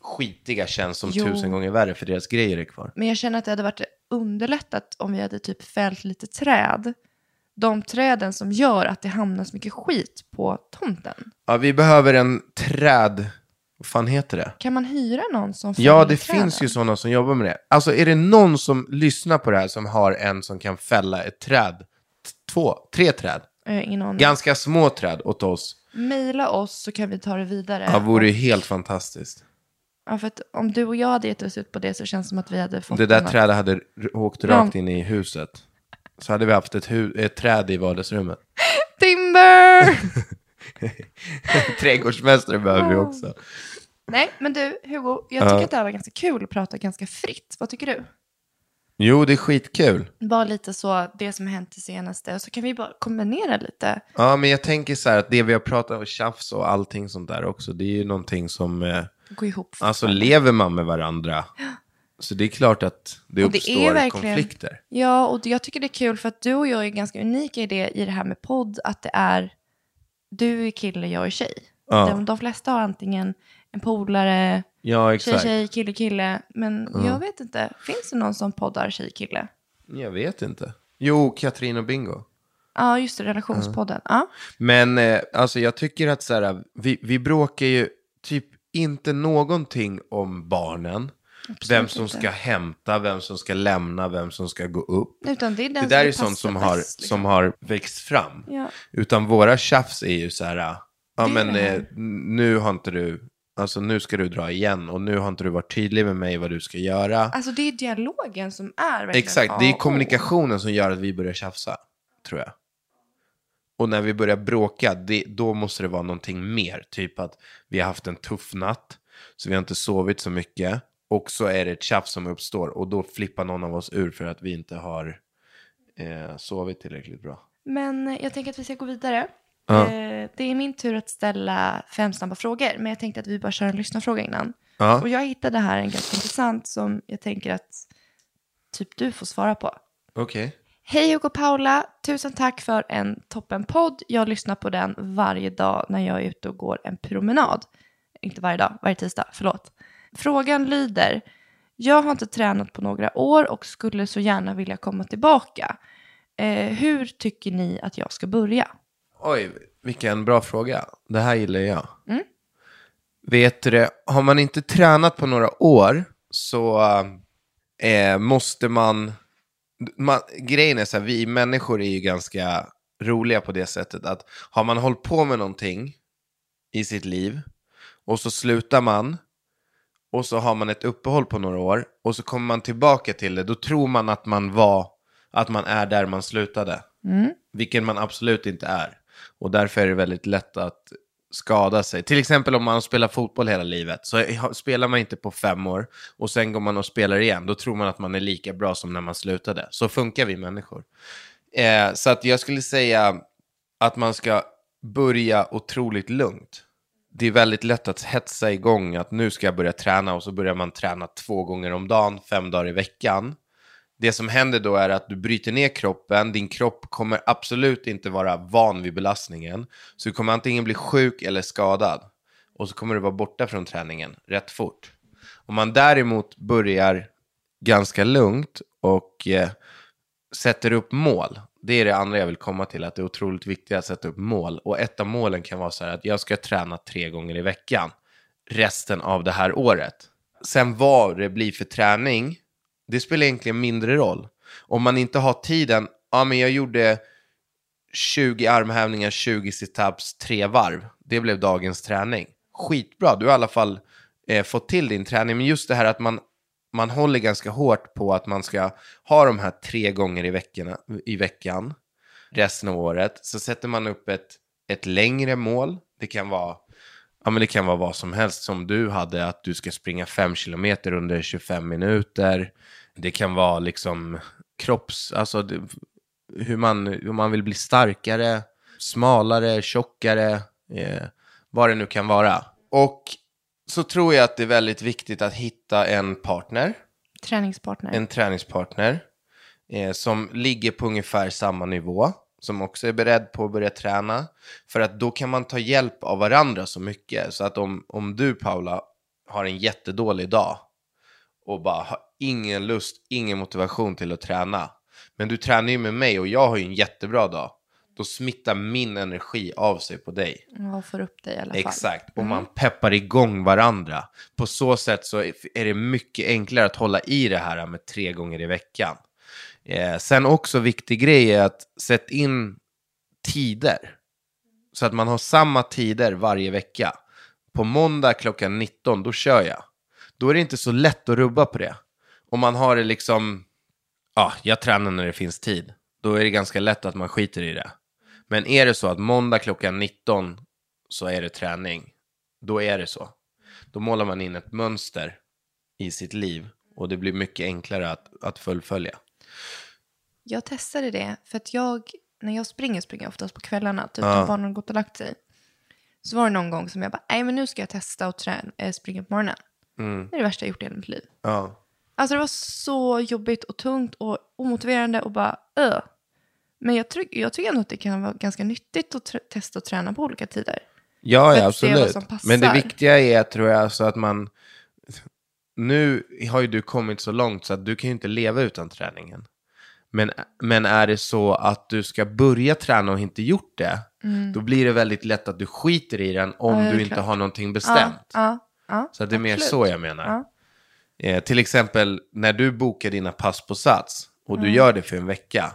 Speaker 3: skitiga känns som
Speaker 2: Jo.
Speaker 3: tusen gånger värre för deras grejer är kvar.
Speaker 2: Men jag känner att det hade varit underlättat om vi hade typ fällt lite träd de träden som gör att det hamnar så mycket skit på tomten.
Speaker 3: Ja, vi behöver en träd... Vad fan heter det?
Speaker 2: Kan man hyra någon som
Speaker 3: Ja,
Speaker 2: fäller
Speaker 3: det
Speaker 2: träden?
Speaker 3: finns ju sådana som jobbar med det. Alltså, är det någon som lyssnar på det här som har en som kan fälla ett träd? T- Två, tre träd.
Speaker 2: Eh, ingen aning.
Speaker 3: Ganska små träd åt oss.
Speaker 2: Mejla oss så kan vi ta det vidare.
Speaker 3: Det vore ju helt fantastiskt.
Speaker 2: Ja, för att om du och jag hade gett oss ut på det så känns det som att vi hade fått
Speaker 3: Det där
Speaker 2: en-
Speaker 3: trädet hade r- åkt rakt in i huset. Så hade vi haft ett, hu- ett träd i vardagsrummet.
Speaker 2: Timber!
Speaker 3: Trädgårdsmästare behöver vi också.
Speaker 2: Nej, men du Hugo, jag tycker att det här var ganska kul att prata ganska fritt. Vad tycker du?
Speaker 3: Jo, det är skitkul.
Speaker 2: Bara lite så, det som hänt det senaste, och så kan vi bara kombinera lite.
Speaker 3: Ja, men jag tänker så här att det vi har pratat om, tjafs och allting sånt där också, det är ju någonting som, eh,
Speaker 2: Gå ihop.
Speaker 3: alltså lever man med varandra, så det är klart att det
Speaker 2: Och det är
Speaker 3: uppstår
Speaker 2: verkligen-
Speaker 3: konflikter.
Speaker 2: Ja, och jag tycker det är kul för att du och jag är ganska unika i det, i det här med podd, att det är du är kille, jag är tjej.
Speaker 3: Ja.
Speaker 2: De, de flesta har antingen en polare,
Speaker 3: Ja,
Speaker 2: tjej,
Speaker 3: exakt.
Speaker 2: tjej, kille, kille. Men jag vet inte, finns det någon som poddar tjej, kille?
Speaker 3: Jag vet inte. Jo, Katrin och Bingo.
Speaker 2: Ja, just det, relationspodden. Ja.
Speaker 3: Men eh, alltså jag tycker att så här, vi, vi bråkar ju typ inte någonting om barnen. vem som
Speaker 2: inte.
Speaker 3: ska hämta, vem som ska lämna, vem som ska gå upp.
Speaker 2: Utan det är den
Speaker 3: det där är
Speaker 2: passar
Speaker 3: sånt som har,
Speaker 2: bäst, liksom.
Speaker 3: som har växt fram.
Speaker 2: Ja.
Speaker 3: Utan våra tjafs är ju så här, ja
Speaker 2: Det är
Speaker 3: men
Speaker 2: det här.
Speaker 3: eh, nu har inte du, alltså nu ska du dra igen och nu har inte du varit tydlig med mig vad du ska göra.
Speaker 2: Alltså det är dialogen som är verkligen
Speaker 3: Exakt, det
Speaker 2: A
Speaker 3: är
Speaker 2: och O.
Speaker 3: kommunikationen som gör att vi börjar tjafsa, tror jag. Och när vi börjar bråka, det, då måste det vara någonting mer. Typ att vi har haft en tuff natt, så vi har inte sovit så mycket. Och så är det ett tjafs som uppstår och då flippar någon av oss ur för att vi inte har eh, sovit tillräckligt bra.
Speaker 2: Men eh, jag tänker att vi ska gå vidare.
Speaker 3: Ja.
Speaker 2: Eh, Det är min tur att ställa fem snabba frågor, men jag tänkte att vi bara kör en lyssnarfråga innan.
Speaker 3: Ja.
Speaker 2: Och jag hittade här en ganska intressant som jag tänker att typ du får svara på.
Speaker 3: Okej.
Speaker 2: Hej Hugo och Paula, tusen tack för en toppenpodd. Jag lyssnar på den varje dag när jag är ute och går en promenad. Inte varje dag, varje tisdag, förlåt. Frågan lyder, jag har inte tränat på några år och skulle så gärna vilja komma tillbaka. Eh, hur tycker ni att jag ska börja?
Speaker 3: Oj, vilken bra fråga. Det här gillar jag. Vet du det, har man inte tränat på några år så eh, måste man, man... Grejen är så här, vi människor är ju ganska roliga på det sättet att har man hållit på med någonting i sitt liv och så slutar man och så har man ett uppehåll på några år och så kommer man tillbaka till det, då tror man att man var, att man är där man slutade. Vilket man absolut inte är. Och därför är det väldigt lätt att skada sig. Till exempel om man spelar fotboll hela livet, så spelar man inte på fem år och sen går man och spelar igen, då tror man att man är lika bra som när man slutade. Så funkar vi människor. Eh, så att jag skulle säga att man ska börja otroligt lugnt. Det är väldigt lätt att hetsa igång att nu ska jag börja träna och så börjar man träna två gånger om dagen, fem dagar i veckan. Det som händer då är att du bryter ner kroppen, din kropp kommer absolut inte vara van vid belastningen. Så du kommer antingen bli sjuk eller skadad. Och så kommer du vara borta från träningen rätt fort. Om man däremot börjar ganska lugnt och eh, sätter upp mål. Det är det andra jag vill komma till, att det är otroligt viktigt att sätta upp mål. Och ett av målen kan vara så här att jag ska träna tre gånger i veckan resten av det här året. Sen vad det blir för träning, det spelar egentligen mindre roll. Om man inte har tiden, ja men jag gjorde 20 armhävningar, 20 situps, tre varv. Det blev dagens träning. Skitbra, du har i alla fall eh, fått till din träning. Men just det här att man, man håller ganska hårt på att man ska ha de här tre gånger i, veckorna, i veckan resten av året. Så sätter man upp ett, ett längre mål. Det kan vara Ja, men det kan vara vad som helst som du hade, att du ska springa 5 kilometer under 25 minuter. Det kan vara liksom kropps, alltså det, hur, man, hur man vill bli starkare, smalare, tjockare, eh, vad det nu kan vara. Och så tror jag att det är väldigt viktigt att hitta en partner,
Speaker 2: Träningspartner.
Speaker 3: en träningspartner, eh, som ligger på ungefär samma nivå, som också är beredd på att börja träna. För att då kan man ta hjälp av varandra så mycket. Så att om, om du, Paula, har en jättedålig dag och bara har ingen lust, ingen motivation till att träna. Men du tränar ju med mig och jag har ju en jättebra dag. Då smittar min energi av sig på dig.
Speaker 2: Ja, får upp dig i alla fall. Mm.
Speaker 3: Exakt, och man peppar igång varandra. På så sätt så är det mycket enklare att hålla i det här med tre gånger i veckan. Eh, sen också viktig grej är att sätt in tider. Så att man har samma tider varje vecka. På måndag klockan 19, då kör jag. Då är det inte så lätt att rubba på det. Om man har det liksom, ja, jag tränar när det finns tid. Då är det ganska lätt att man skiter i det. Men är det så att måndag klockan 19 så är det träning, då är det så. Då målar man in ett mönster i sitt liv och det blir mycket enklare att, att fullfölja.
Speaker 2: Jag testade det för att jag, när jag springer springer jag oftast på kvällarna, typ
Speaker 3: Ja.
Speaker 2: när barnen har gått och lagt sig. Så var det någon gång som jag bara, nej men nu ska jag testa att träna, eh, springa på morgonen.
Speaker 3: Mm.
Speaker 2: Det är det värsta jag gjort i hela mitt liv.
Speaker 3: Ja.
Speaker 2: Alltså det var så jobbigt och tungt och omotiverande och bara öh. Men jag, tror- jag tycker ändå att det kan vara ganska nyttigt att tr- testa att träna på olika tider.
Speaker 3: Ja,
Speaker 2: För
Speaker 3: ja
Speaker 2: att se vad
Speaker 3: absolut.
Speaker 2: som passar.
Speaker 3: Men det viktiga är, tror jag, så att man... Nu har ju du kommit så långt så att du kan ju inte leva utan träningen. Men, men är det så att du ska börja träna och inte gjort det, då blir det väldigt lätt att du skiter i den om
Speaker 2: Mm. Ja, det är
Speaker 3: du inte
Speaker 2: klart.
Speaker 3: har någonting
Speaker 2: Ja,
Speaker 3: bestämt.
Speaker 2: ja, ja,
Speaker 3: Så att det är mer
Speaker 2: absolut.
Speaker 3: så jag menar. Eh, till exempel när du bokar dina pass på Sats och
Speaker 2: Mm.
Speaker 3: du gör det för en vecka.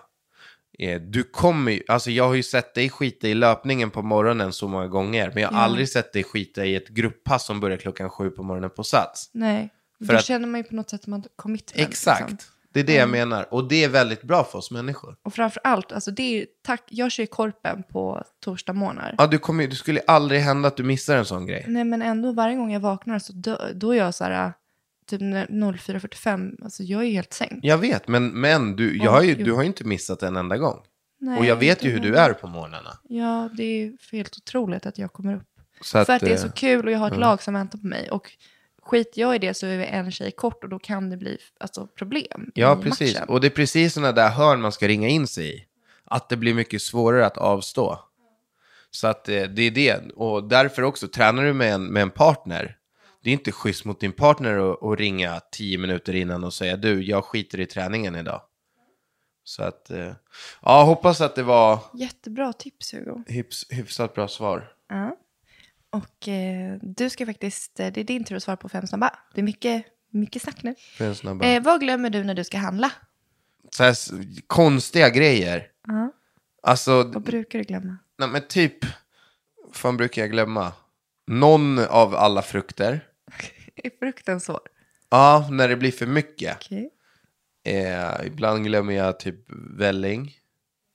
Speaker 3: Eh, du kommer ju, alltså jag har ju sett dig skita i löpningen på morgonen så många gånger. Men jag har
Speaker 2: Mm.
Speaker 3: aldrig sett dig skita i ett grupppass som börjar klockan sju på morgonen på Sats.
Speaker 2: Nej,
Speaker 3: För
Speaker 2: då
Speaker 3: att-
Speaker 2: känner man ju på något sätt att man har commitment.
Speaker 3: Exakt,
Speaker 2: Liksom.
Speaker 3: det är det jag menar. Och det är väldigt bra för oss människor.
Speaker 2: Och framför allt, alltså det är ju, tack, jag kör ju korpen på torsdag morgnar.
Speaker 3: Ja, du kommer, ju- det skulle aldrig hända att du missar en sån grej.
Speaker 2: Nej men ändå varje gång jag vaknar så dö, då är jag så här, typ när 04.45, alltså jag är ju helt sänkt.
Speaker 3: Jag vet, men, men du, jag
Speaker 2: Ja,
Speaker 3: har ju,
Speaker 2: jo.
Speaker 3: du har ju inte missat en enda gång.
Speaker 2: Nej,
Speaker 3: Och jag vet ju hur
Speaker 2: inte
Speaker 3: du
Speaker 2: heller.
Speaker 3: är på morgnarna.
Speaker 2: Ja, det är ju helt otroligt att jag kommer upp.
Speaker 3: Så att,
Speaker 2: för att det är
Speaker 3: eh,
Speaker 2: så kul och jag har ett lag som väntar på mig. Och skiter jag i det så är vi en tjej kort och då kan det bli alltså, problem
Speaker 3: Ja,
Speaker 2: i
Speaker 3: precis.
Speaker 2: matchen.
Speaker 3: Och det är precis sådana där hörn man ska ringa in sig i. Att det blir mycket svårare att avstå. Så att eh, det är det. Och därför också, tränar du med en, med en partner, det är inte schysst mot din partner att, att ringa tio minuter innan och säga du, jag skiter i träningen idag. Så att, eh, ja, hoppas att det var
Speaker 2: Jättebra tips Hugo.
Speaker 3: hyfs, hyfsat bra svar.
Speaker 2: Ja. Och eh, du ska faktiskt, eh, det är din tur att svara på fem snabba. Det är mycket, mycket snack nu.
Speaker 3: För en snabb-
Speaker 2: Eh, vad glömmer du när du ska handla?
Speaker 3: Så här, s- konstiga grejer.
Speaker 2: Ja.
Speaker 3: Alltså,
Speaker 2: Vad brukar du glömma?
Speaker 3: Nej men typ, fan brukar jag glömma? Någon av alla frukter.
Speaker 2: Är frukten svår?
Speaker 3: Ja, när det blir för mycket.
Speaker 2: Okej.
Speaker 3: Eh, ibland glömmer jag typ välling.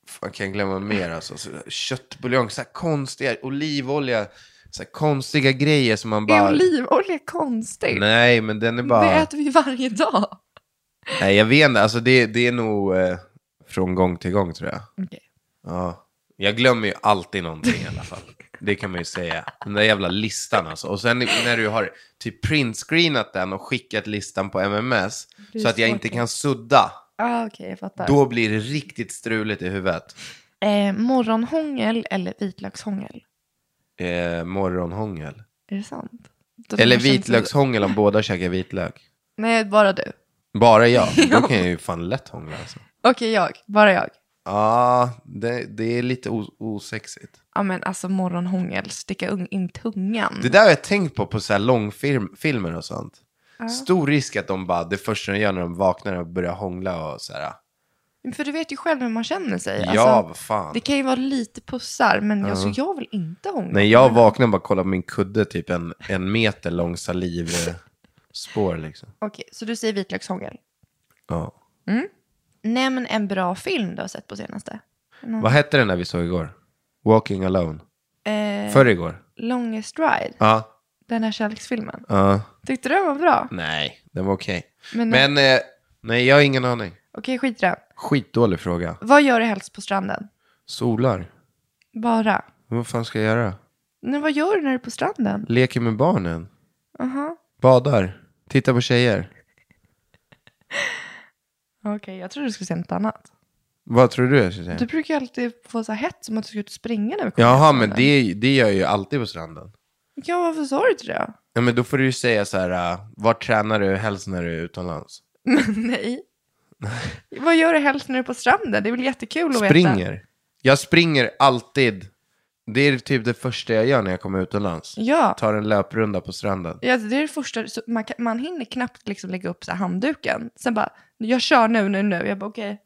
Speaker 3: Fan kan jag glömma mer alltså. Så, köttbuljong, så här konstiga, olivolja, så här konstiga grejer som man bara...
Speaker 2: Är olivolja konstigt?
Speaker 3: Nej, men den är
Speaker 2: Det
Speaker 3: bara...
Speaker 2: äter vi ju varje dag.
Speaker 3: Nej, jag vet inte, alltså det, det är nog eh, från gång till gång tror jag.
Speaker 2: Okej.
Speaker 3: Ja. Jag glömmer ju alltid någonting i alla fall. Det kan man ju säga. Den där jävla listan alltså. Och sen när du har typ printscreenat den och skickat listan på MMS
Speaker 2: Det är
Speaker 3: så att jag
Speaker 2: svårt
Speaker 3: inte
Speaker 2: då.
Speaker 3: kan sudda,
Speaker 2: Ah, Okej, jag fattar.
Speaker 3: då blir det riktigt struligt i huvudet.
Speaker 2: Eh, morgonhångel eller vitlökshångel?
Speaker 3: Eh, morgonhångel.
Speaker 2: Är det sant? Då
Speaker 3: Eller
Speaker 2: man känner sig-
Speaker 3: vitlökshångel om båda käkar vitlök.
Speaker 2: Nej, bara du.
Speaker 3: Bara jag. Då kan jag ju fan lätt hångla alltså.
Speaker 2: Okej, jag. Bara jag.
Speaker 3: Ja, det, det är lite o- osexigt.
Speaker 2: Ja, men alltså morgonhångel, sticka un- in tungan.
Speaker 3: Det där har jag tänkt på på så här långfilmer och sånt. Stor risk att de bara, det första de gör när de vaknar är att börja hångla och så här.
Speaker 2: För du vet ju själv hur man känner sig.
Speaker 3: ja,
Speaker 2: Alltså,
Speaker 3: vad fan.
Speaker 2: det kan ju vara lite pussar, men alltså, jag vill inte hångla.
Speaker 3: När jag vaknar bara kollar på min kudde, typ en, en meter lång salivspår liksom.
Speaker 2: Okej, så du säger vitlökshångel.
Speaker 3: Ja.
Speaker 2: Nämn en bra film du har sett på senaste. Mm.
Speaker 3: Vad hette den där vi såg igår? Walking alone.
Speaker 2: Eh,
Speaker 3: Förr igår?
Speaker 2: Longest Ride,
Speaker 3: Ja.
Speaker 2: den här kärleksfilmen.
Speaker 3: ja.
Speaker 2: Tyckte du den var bra?
Speaker 3: Nej, den var okej.
Speaker 2: Men-
Speaker 3: Men, eh, nej, jag har ingen aning.
Speaker 2: Okej, skit i den.
Speaker 3: Skitdålig fråga.
Speaker 2: Vad gör du helst på stranden?
Speaker 3: Solar.
Speaker 2: Bara.
Speaker 3: Vad fan ska jag göra?
Speaker 2: Men vad gör du när du är på stranden?
Speaker 3: Leker med barnen.
Speaker 2: Aha.
Speaker 3: Badar. Tittar på tjejer.
Speaker 2: Okej, jag tror du skulle säga något annat.
Speaker 3: Vad tror du jag ska säga?
Speaker 2: Du brukar ju alltid få så här hett som att du ska ut och springa när vi kommer
Speaker 3: Jaha,
Speaker 2: till
Speaker 3: men
Speaker 2: stranden.
Speaker 3: det, det gör jag ju alltid på stranden.
Speaker 2: Ja, varför sa du till det?
Speaker 3: Ja, äh, men då får du ju säga så här, uh, var tränar du helst när du är utomlands?
Speaker 2: Nej. Vad gör du helst när du är på stranden? Det är väl jättekul att veta.
Speaker 3: Springer. Jag springer alltid. Det är typ det första jag gör när jag kommer utomlands.
Speaker 2: Ja.
Speaker 3: Tar en löprunda på stranden.
Speaker 2: ja, det är det första. Så man, kan, man hinner knappt liksom lägga upp så här handduken. Sen bara, jag kör nu, nu, nu. Jag bara, okej.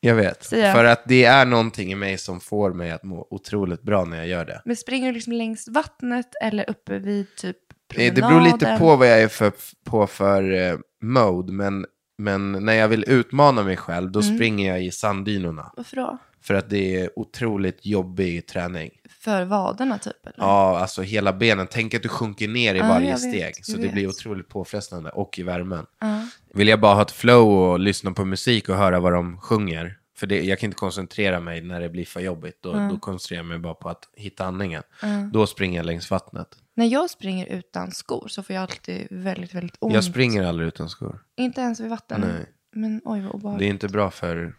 Speaker 3: Jag vet.
Speaker 2: Så jag-
Speaker 3: För att det är någonting i mig som får mig att må otroligt bra när jag gör det.
Speaker 2: Men springer du liksom längs vattnet eller uppe vid typ
Speaker 3: Eh,
Speaker 2: promenaden?
Speaker 3: Det beror lite på vad jag är för, på för eh, mode, men, men när jag vill utmana mig själv, då
Speaker 2: Mm.
Speaker 3: springer jag i sanddynerna.
Speaker 2: Varför då?
Speaker 3: För att det är otroligt jobbig träning.
Speaker 2: För vaderna typ? Eller?
Speaker 3: Ja, alltså hela benen. Tänk att du sjunker ner i
Speaker 2: Ja,
Speaker 3: varje
Speaker 2: jag vet,
Speaker 3: steg.
Speaker 2: jag
Speaker 3: så det
Speaker 2: vet.
Speaker 3: blir otroligt påfrestande. Och i värmen. Vill jag bara ha ett flow och lyssna på musik och höra vad de sjunger. För det, jag kan inte koncentrera mig när det blir för jobbigt. Då, då koncentrerar jag mig bara på att hitta andningen. Då springer jag längs vattnet.
Speaker 2: När jag springer utan skor så får jag alltid väldigt, väldigt ont.
Speaker 3: Jag springer aldrig utan skor.
Speaker 2: Inte ens vid vatten.
Speaker 3: Nej.
Speaker 2: Men oj vad obehagligt.
Speaker 3: Det är inte bra för...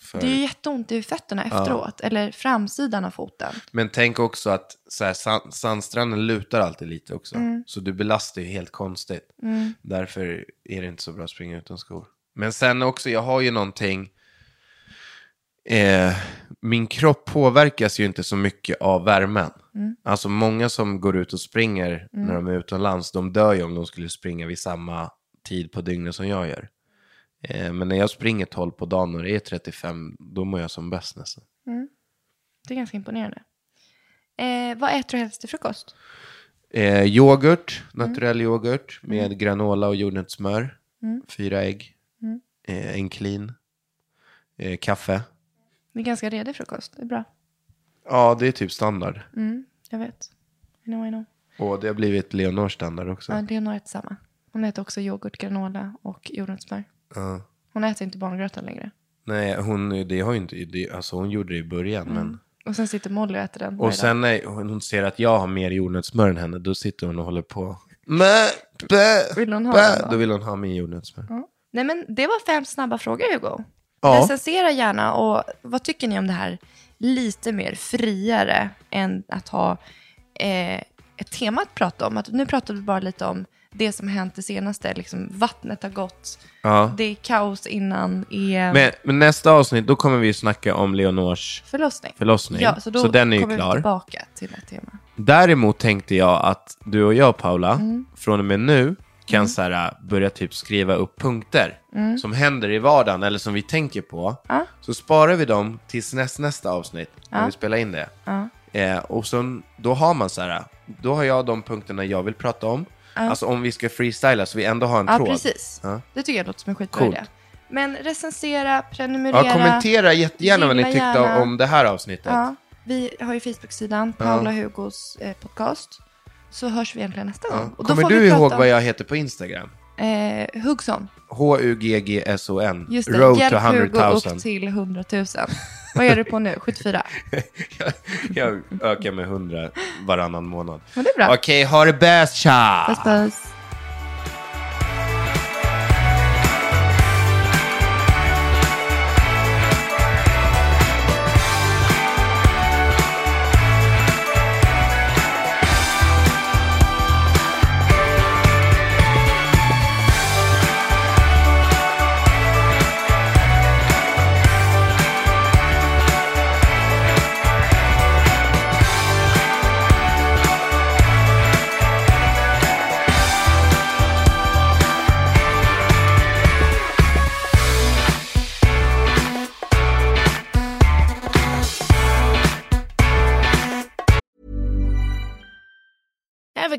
Speaker 3: för...
Speaker 2: Det är ju jätteont i fötterna efteråt, eller framsidan av foten.
Speaker 3: Men tänk också att så här, sand, sandstranden lutar alltid lite också. Så du belastar ju helt konstigt. Därför är det inte så bra att springa utan skor. Men sen också, jag har ju någonting. Eh, min kropp påverkas ju inte så mycket av värmen. Alltså många som går ut och springer när de är utomlands, de dör ju om de skulle springa vid samma tid på dygnet som jag gör. Eh, men när jag springer 12 på dagen och det är 35, då mår jag som bäst nästan.
Speaker 2: Det är ganska imponerande. Eh, vad äter du helst till frukost?
Speaker 3: Eh, yoghurt,
Speaker 2: Mm.
Speaker 3: naturell yoghurt med granola och jordnötssmör.
Speaker 2: Mm.
Speaker 3: Fyra ägg. Eh, en clean. Eh, kaffe.
Speaker 2: Det är ganska redig frukost, det är bra.
Speaker 3: Ja, det är typ standard.
Speaker 2: Mm. Jag vet. I know, I know.
Speaker 3: Och det har blivit Leonors standard också.
Speaker 2: Ja, Leonor äter samma. Hon äter också yoghurt, granola och jordnötssmör.
Speaker 3: Ja.
Speaker 2: Hon äter inte barngröten längre.
Speaker 3: Nej, hon, det har ju inte, det, alltså hon gjorde det i början. Men,
Speaker 2: Och sen sitter Molly och äter den. varje
Speaker 3: och
Speaker 2: dag.
Speaker 3: sen när hon hon ser att jag har mer jordnötssmör än henne, då sitter hon och håller på. Mä, bä,
Speaker 2: Vill hon ha
Speaker 3: bä.
Speaker 2: den då?
Speaker 3: Då vill hon ha min jordnötssmör.
Speaker 2: Ja. Nej men det var fem snabba frågor Hugo.
Speaker 3: Ja.
Speaker 2: Recensera gärna och vad tycker ni om det här lite mer friare än att ha eh, ett tema att prata om? Att nu pratar vi bara lite om det som hänt det senaste, liksom vattnet har gått,
Speaker 3: Ja.
Speaker 2: det är kaos innan EM,
Speaker 3: Men, men nästa avsnitt, då kommer vi snacka om Leonors
Speaker 2: förlossning.
Speaker 3: förlossning.
Speaker 2: Ja, så, då
Speaker 3: Så den är ju
Speaker 2: kommer
Speaker 3: klar.
Speaker 2: vi tillbaka till det tema.
Speaker 3: Däremot tänkte jag att du och jag, Paula,
Speaker 2: Mm.
Speaker 3: från och med nu kan så här, börja typ skriva upp punkter
Speaker 2: Mm.
Speaker 3: som händer i vardagen eller som vi tänker på. Så sparar vi dem tills näst, nästa avsnitt, när vi spelar in det. Eh, och så, då har man så här, då har jag de punkterna jag vill prata om. Alltså om vi ska freestyla så vi ändå har en
Speaker 2: Ja,
Speaker 3: tråd.
Speaker 2: precis.
Speaker 3: Ja.
Speaker 2: Det tycker jag låter som en skitbra
Speaker 3: Coolt.
Speaker 2: idé. Men recensera, prenumerera.
Speaker 3: Ja, kommentera jättegärna vad ni
Speaker 2: Gilla
Speaker 3: tyckte
Speaker 2: gärna.
Speaker 3: om det här avsnittet.
Speaker 2: Ja, vi har ju Facebook-sidan, Paula Hugos eh, podcast. Så hörs vi egentligen nästa gång. Och då
Speaker 3: Kommer
Speaker 2: får
Speaker 3: du
Speaker 2: vi
Speaker 3: ihåg
Speaker 2: prata om-
Speaker 3: vad jag heter på Instagram?
Speaker 2: Eh, Hugson,
Speaker 3: H-U-G-G-S-O-N.
Speaker 2: just det.
Speaker 3: Road to
Speaker 2: Hjälp Hugo
Speaker 3: 100 000.
Speaker 2: upp till 100 000. Vad gör du på nu? 74?
Speaker 3: jag, jag ökar med 100 varannan månad.
Speaker 2: Men det är bra.
Speaker 3: Okej, ha det bäst tja!
Speaker 2: Puss puss.
Speaker 5: Ever